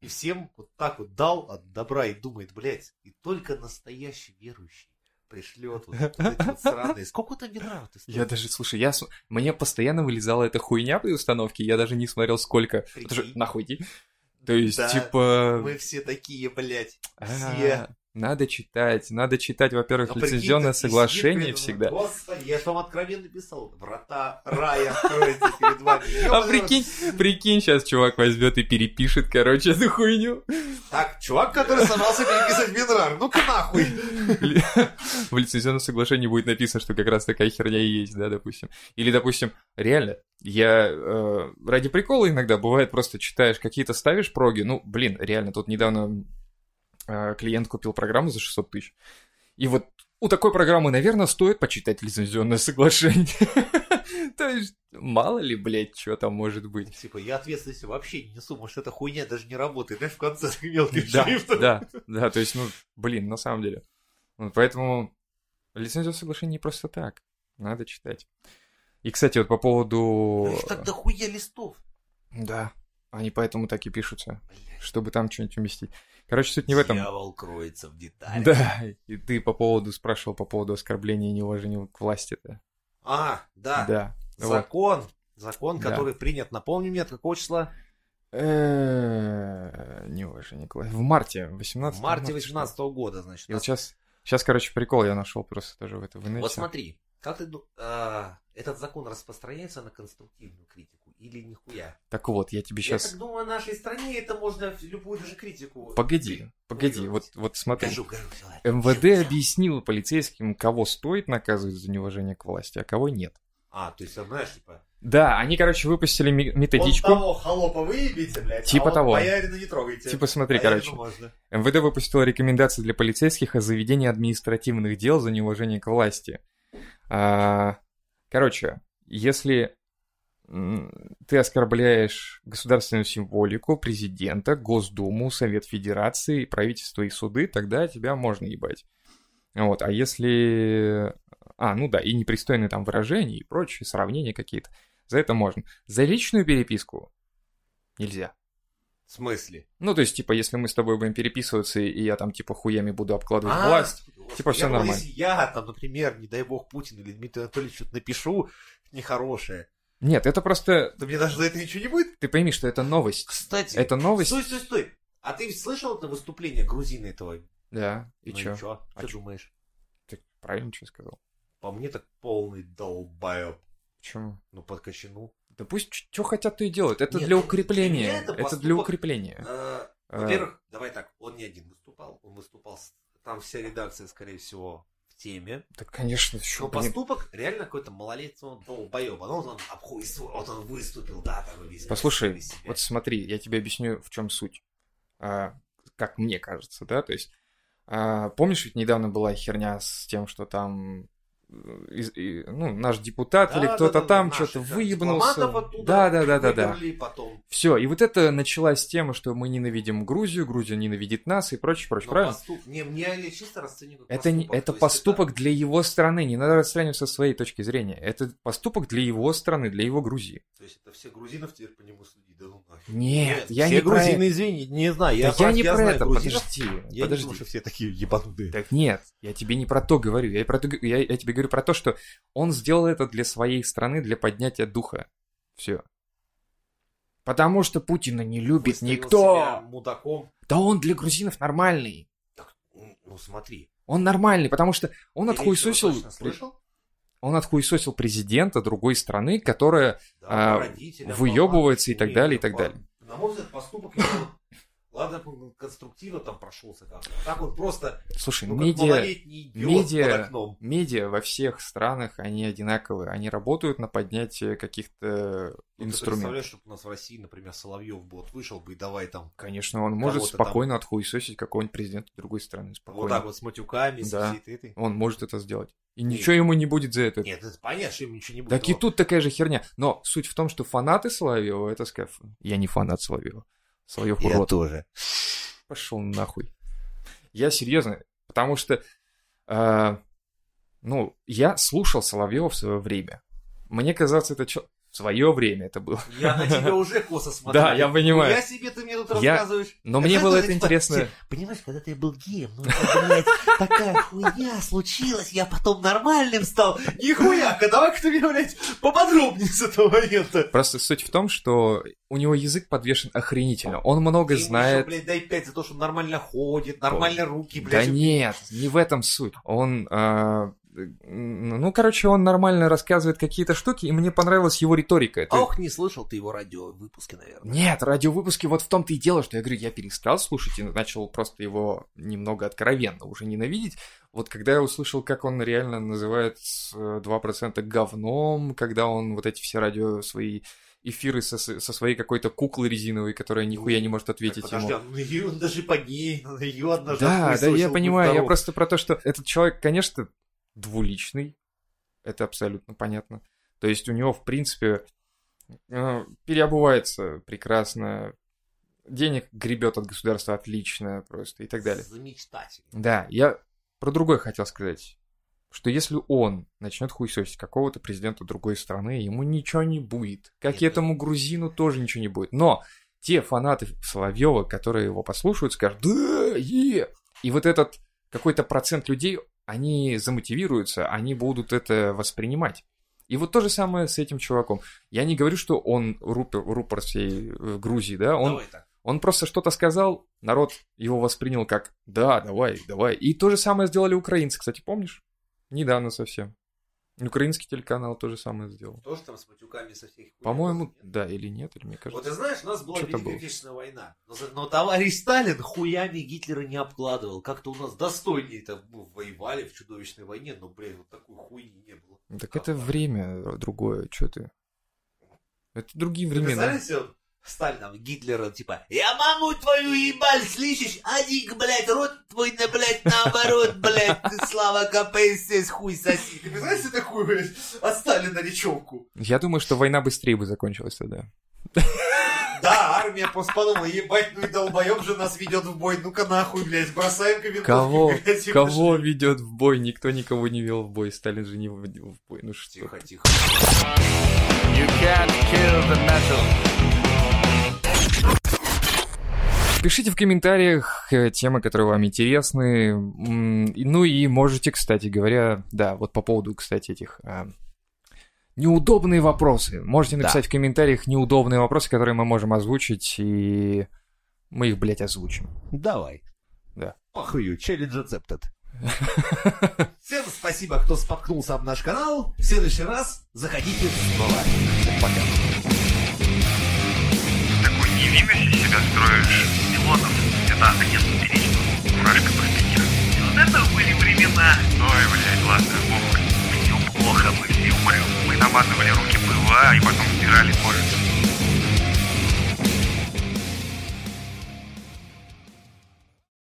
Speaker 2: и всем вот так вот дал от добра и думает, блядь, и только настоящий верующий пришлет вот, вот эти вот сраные. Сколько там Винрар ты
Speaker 3: Я даже, слушай, я, с- мне постоянно вылезала эта хуйня при установке, я даже не смотрел сколько.
Speaker 2: Прикинь.
Speaker 3: Потому что нахуй иди. ну, То есть,
Speaker 2: Да,
Speaker 3: типа...
Speaker 2: Мы все такие, блядь,
Speaker 3: а,
Speaker 2: все.
Speaker 3: Надо читать, надо читать,
Speaker 2: А
Speaker 3: во-первых,
Speaker 2: прикинь,
Speaker 3: лицензионное
Speaker 2: ты
Speaker 3: соглашение
Speaker 2: сидишь,
Speaker 3: всегда.
Speaker 2: Господи, я же вам откровенно писал. Врата рая откроются перед вами.
Speaker 3: А
Speaker 2: Ёбаный рот.
Speaker 3: прикинь, прикинь, сейчас чувак возьмет и перепишет, короче, эту хуйню.
Speaker 2: Так, чувак, который собрался переписывать Винрар, ну-ка нахуй.
Speaker 3: Ли- В лицензионном соглашении будет написано, что как раз такая херня и есть, да, допустим. Или, допустим, реально, я э, ради прикола иногда бывает просто читаешь какие-то ставишь проги, ну, блин, реально, тут недавно э, клиент купил программу за 600 тысяч. И вот у такой программы, наверное, стоит почитать лицензионное соглашение. То есть, мало ли, блядь, что там может быть.
Speaker 2: Типа, я ответственности вообще не несу, может, эта хуйня даже не работает, знаешь, в конце так мелким
Speaker 3: Да,
Speaker 2: шрифтом.
Speaker 3: да, да, то есть, ну, блин, на самом деле. Ну, Поэтому лицензионное соглашение не просто так. Надо читать. И, кстати, вот по
Speaker 2: Ну,
Speaker 3: поводу...
Speaker 2: их так дохуя листов.
Speaker 3: Да, они поэтому так и пишутся,
Speaker 2: Блядь.
Speaker 3: чтобы там что-нибудь уместить. Короче, суть не в этом.
Speaker 2: Дьявол кроется в деталях.
Speaker 3: Да, и ты по поводу спрашивал по поводу оскорбления и неуважения к власти-то.
Speaker 2: А, да,
Speaker 3: Да. вот.
Speaker 2: закон. Закон,
Speaker 3: Да.
Speaker 2: который принят, напомни мне, от какого числа?
Speaker 3: Э, Неуважение к власти. В марте, 18
Speaker 2: В марте 18 года, значит.
Speaker 3: И вот сейчас, сейчас, короче, прикол я нашел просто тоже в это в
Speaker 2: Вот
Speaker 3: инете.
Speaker 2: смотри, как ты ду- а, этот закон распространяется на конструктивную критику или нихуя?
Speaker 3: Так вот, я тебе
Speaker 2: Я
Speaker 3: сейчас...
Speaker 2: так думаю, в нашей стране это можно в любую даже критику.
Speaker 3: Погоди, погоди,
Speaker 2: Ой,
Speaker 3: вот, вот смотри.
Speaker 2: Гажу, гажу, давай.
Speaker 3: МВД объяснило полицейским, кого стоит наказывать за неуважение к власти, а кого нет.
Speaker 2: А, то есть, знаешь, типа,
Speaker 3: Да, они, короче, выпустили ме- методичку.
Speaker 2: Вот того холопа выебите, блядь,
Speaker 3: Типа
Speaker 2: а вот
Speaker 3: того.
Speaker 2: боярина не трогайте.
Speaker 3: Типа смотри,
Speaker 2: Боярину
Speaker 3: короче.
Speaker 2: можно.
Speaker 3: МВД выпустила рекомендации для полицейских о заведении административных дел за неуважение к власти. А, короче, если м, ты оскорбляешь государственную символику, президента, Госдуму, Совет Федерации, правительство и суды, тогда тебя можно ебать. Вот, а если... А, ну да, и непристойные там выражения и прочие сравнения какие-то. За это можно. За личную переписку нельзя.
Speaker 2: В смысле?
Speaker 3: Ну, то есть, типа, если мы с тобой будем переписываться, и я там, типа, хуями буду обкладывать
Speaker 2: А,
Speaker 3: власть.
Speaker 2: господи,
Speaker 3: типа,
Speaker 2: я
Speaker 3: всё
Speaker 2: думал,
Speaker 3: нормально.
Speaker 2: Если я там, например, не дай бог Путин или Дмитрий Анатольевич что-то напишу нехорошее,
Speaker 3: Нет, это просто...
Speaker 2: то мне даже за это ничего не будет.
Speaker 3: Ты пойми, что это новость.
Speaker 2: Кстати,
Speaker 3: Это новость.
Speaker 2: стой, стой, стой. А ты слышал это выступление грузина этого?
Speaker 3: Да, и
Speaker 2: ну,
Speaker 3: чё?
Speaker 2: И чё?
Speaker 3: А
Speaker 2: Чё
Speaker 3: чё?
Speaker 2: думаешь?
Speaker 3: Ты правильно что сказал?
Speaker 2: По мне так полный долбаёб.
Speaker 3: Почему?
Speaker 2: Ну, подкачину.
Speaker 3: Да пусть что хотят, то и делают. Это
Speaker 2: Нет,
Speaker 3: для
Speaker 2: ну, для
Speaker 3: укрепления.
Speaker 2: меня это
Speaker 3: Это, для
Speaker 2: поступок.
Speaker 3: укрепления.
Speaker 2: Э,
Speaker 3: Э,
Speaker 2: Во-первых, давай так, он не один выступал, он выступал, с- там вся редакция, скорее всего, в теме,
Speaker 3: Так, А, конечно,
Speaker 2: что
Speaker 3: еще
Speaker 2: поступок реально какой-то малолетнего долбоеба. Ну, вот он обхуйствовал, вот он выступил, да, там весь.
Speaker 3: Послушай,
Speaker 2: из себя.
Speaker 3: вот смотри, я тебе объясню, в чем суть. А, как мне кажется, да, то есть, а, помнишь, ведь недавно была херня с тем, что там э, из- и, ну, наш депутат
Speaker 2: Да,
Speaker 3: или
Speaker 2: да,
Speaker 3: кто-то
Speaker 2: да,
Speaker 3: там
Speaker 2: наши,
Speaker 3: что-то
Speaker 2: да,
Speaker 3: выебнулся.
Speaker 2: дипломатов оттуда
Speaker 3: Да, да, да, да, да.
Speaker 2: Выперли потом.
Speaker 3: Все, и вот это началась тема, что мы ненавидим Грузию, Грузия ненавидит нас и прочее, прочее,
Speaker 2: Но
Speaker 3: правильно?
Speaker 2: поступ- Не, мне я чисто расценил как
Speaker 3: Это, не,
Speaker 2: поступок.
Speaker 3: это
Speaker 2: То есть
Speaker 3: поступок для его страны, не надо расстраиваться со своей точки зрения. Это поступок для его страны, для его Грузии.
Speaker 2: это- то есть это все грузинов теперь по нему судить, да ну нафиг.
Speaker 3: Нет,
Speaker 2: Нет,
Speaker 3: я
Speaker 2: все
Speaker 3: не
Speaker 2: грузины,
Speaker 3: про это.
Speaker 2: извини, не знаю.
Speaker 3: Да Я,
Speaker 2: просто-
Speaker 3: не про
Speaker 2: знаю
Speaker 3: это,
Speaker 2: грузинов.
Speaker 3: подожди,
Speaker 2: Я не
Speaker 3: подожди.
Speaker 2: думаю, что все такие ебанутые.
Speaker 3: Так нет, я тебе не про то говорю, я, и про то г- я- я тебе говорю про то, что он сделал это для своей страны, для поднятия духа. Все. Потому что Путина не любит
Speaker 2: Выставил
Speaker 3: никто.
Speaker 2: себя мудаком.
Speaker 3: Да он для грузинов нормальный.
Speaker 2: Так, ну, ну смотри.
Speaker 3: Он нормальный, потому что он
Speaker 2: Ты
Speaker 3: отхуесосил...
Speaker 2: точно слышал?
Speaker 3: Он отхуесосил президента другой страны, которая а, выёбывается и так далее, и так далее.
Speaker 2: На мой взгляд, поступок его- Ладно, бы он конструктивно там прошелся как-то. Так он просто,
Speaker 3: Слушай,
Speaker 2: ну, как
Speaker 3: медиа,
Speaker 2: малолетний идиот
Speaker 3: медиа-
Speaker 2: под окном.
Speaker 3: медиа во всех странах, они одинаковые. Они работают на поднятие каких-то
Speaker 2: Ну, Ты
Speaker 3: инструментов.
Speaker 2: представляешь, чтобы у нас в России, например, Соловьев бы вот вышел бы и давай там
Speaker 3: Конечно, он может
Speaker 2: Кого-то там.
Speaker 3: спокойно отхуесосить какого-нибудь президента другой страны.
Speaker 2: вот
Speaker 3: Спокойно.
Speaker 2: так вот с матюками,
Speaker 3: Да.
Speaker 2: со всей этой- этой.
Speaker 3: Он может это сделать. И ничего ему не будет за это.
Speaker 2: Нет, ну это понятно, что им ничего не будет.
Speaker 3: Так и
Speaker 2: но-
Speaker 3: тут такая же херня. Но суть в том, что фанаты Соловьева, это скаф. Я не фанат Соловьева. Соловьев урод.
Speaker 2: тоже.
Speaker 3: Пошел нахуй. Я серьезно, потому что, э, ну, я слушал Соловьева в свое время. Мне казалось, это чё- в свое время это было.
Speaker 2: Я на тебя уже косо смотрю.
Speaker 3: Да, я понимаю.
Speaker 2: Я себе, ты мне тут
Speaker 3: Я-
Speaker 2: рассказываешь.
Speaker 3: Но мне было это
Speaker 2: типа,
Speaker 3: интересно.
Speaker 2: Понимаешь, когда ты был геем, ну, это, блядь, такая хуйня случилась, я потом нормальным стал. Нихуя-ка, давай-ка ты мне, блядь, поподробнее с этого момента.
Speaker 3: Просто суть в том, что у него язык подвешен охренительно. Он много
Speaker 2: Ты ему ещё,
Speaker 3: знает.
Speaker 2: блядь, дай пять за то, что он нормально ходит, нормально руки, блядь.
Speaker 3: да нет, не в этом суть. Он, э, ну, короче, он нормально рассказывает какие-то штуки, и мне понравилась его риторика. Это-
Speaker 2: Ох, не слышал ты его радиовыпуски, наверное.
Speaker 3: Нет, радиовыпуски вот в том-то и дело, что я говорю, я перестал слушать и начал просто его немного откровенно уже ненавидеть. Вот когда я услышал, как он реально называет э, 2% говном, когда он вот эти все радио свои эфиры со, с- со своей какой-то куклой резиновой, которая нихуя не может
Speaker 2: Так,
Speaker 3: ответить
Speaker 2: подожди,
Speaker 3: ему.
Speaker 2: он её- он даже по ней, он её однажды
Speaker 3: Да, да,
Speaker 2: отпустил,
Speaker 3: я
Speaker 2: чтобы
Speaker 3: понимаю, я
Speaker 2: здоров.
Speaker 3: просто про то, что этот человек, конечно, двуличный, это абсолютно понятно. То есть у него, в принципе, э, переобувается прекрасно, денег гребет от государства отлично просто и так далее.
Speaker 2: Замечтатель.
Speaker 3: Да, я про другое хотел сказать, что если он начнет хуесосить какого-то президента другой страны, ему ничего не будет. Как и
Speaker 2: Нет.
Speaker 3: этому грузину тоже ничего не будет. Но те фанаты Соловьева, которые его послушают, скажут «Да, е!» И вот этот какой-то процент людей, они замотивируются, они будут это воспринимать. И вот то же самое с этим чуваком. Я не говорю, что он рупор, рупор всей э, Грузии, да, он
Speaker 2: Давай так.
Speaker 3: он просто что-то сказал, народ его воспринял как «да, давай, давай». И то же самое сделали украинцы, кстати, помнишь? Недавно совсем. Украинский телеканал то же самое сделал.
Speaker 2: Тоже там с матюками со всех хуй.
Speaker 3: По-моему, да или нет, или мне
Speaker 2: Вот
Speaker 3: кажется.
Speaker 2: ты знаешь, у нас была
Speaker 3: Чё-то
Speaker 2: Великая
Speaker 3: было.
Speaker 2: Отечественная война. Но, за- но товарищ Сталин хуями Гитлера не обкладывал. Как-то у нас достойнее там мы воевали в чудовищной войне, но, блядь, вот такой хуйни не было.
Speaker 3: Так это время другое, что ты? Это другие
Speaker 2: Ты
Speaker 3: времена.
Speaker 2: представляешь, он Сталин, там, Гитлера, типа, я маму твою ебаль слышишь, а Дик, блядь, рот твой, на, блядь, наоборот, блядь, ты, слава КПСС, хуй соси. Ты представляешь, себе такую, блядь, от Сталина речевку?
Speaker 3: Я думаю, что война быстрее бы закончилась тогда.
Speaker 2: Да, армия просто подумала, ебать, ну и долбоеб же нас ведет в бой, ну-ка нахуй, блядь, бросаем Типа, кабинку.
Speaker 3: Кого? Кого ведет в бой? Никто никого не вел в бой. Сталин же не вводил в бой. Ну что?
Speaker 2: Тихо, тихо.
Speaker 3: Пишите в комментариях э, темы, которые вам интересны. М, и- Ну и можете, кстати говоря, да, вот по поводу, кстати, этих а, неудобные вопросы. Можете написать в комментариях неудобные вопросы, которые мы можем озвучить, и мы их, блядь, озвучим.
Speaker 2: Давай.
Speaker 3: Да.
Speaker 2: Похую, челлендж accepted. Всем спасибо, кто споткнулся об наш канал. В следующий раз заходите снова. Пока.
Speaker 1: Такой невинность из себя строишь. Пилотов, это агент перечного. Фуражка про спиннер. Вот это были времена. Ой, блядь. замазывали руки пыла и потом стирали кожицу.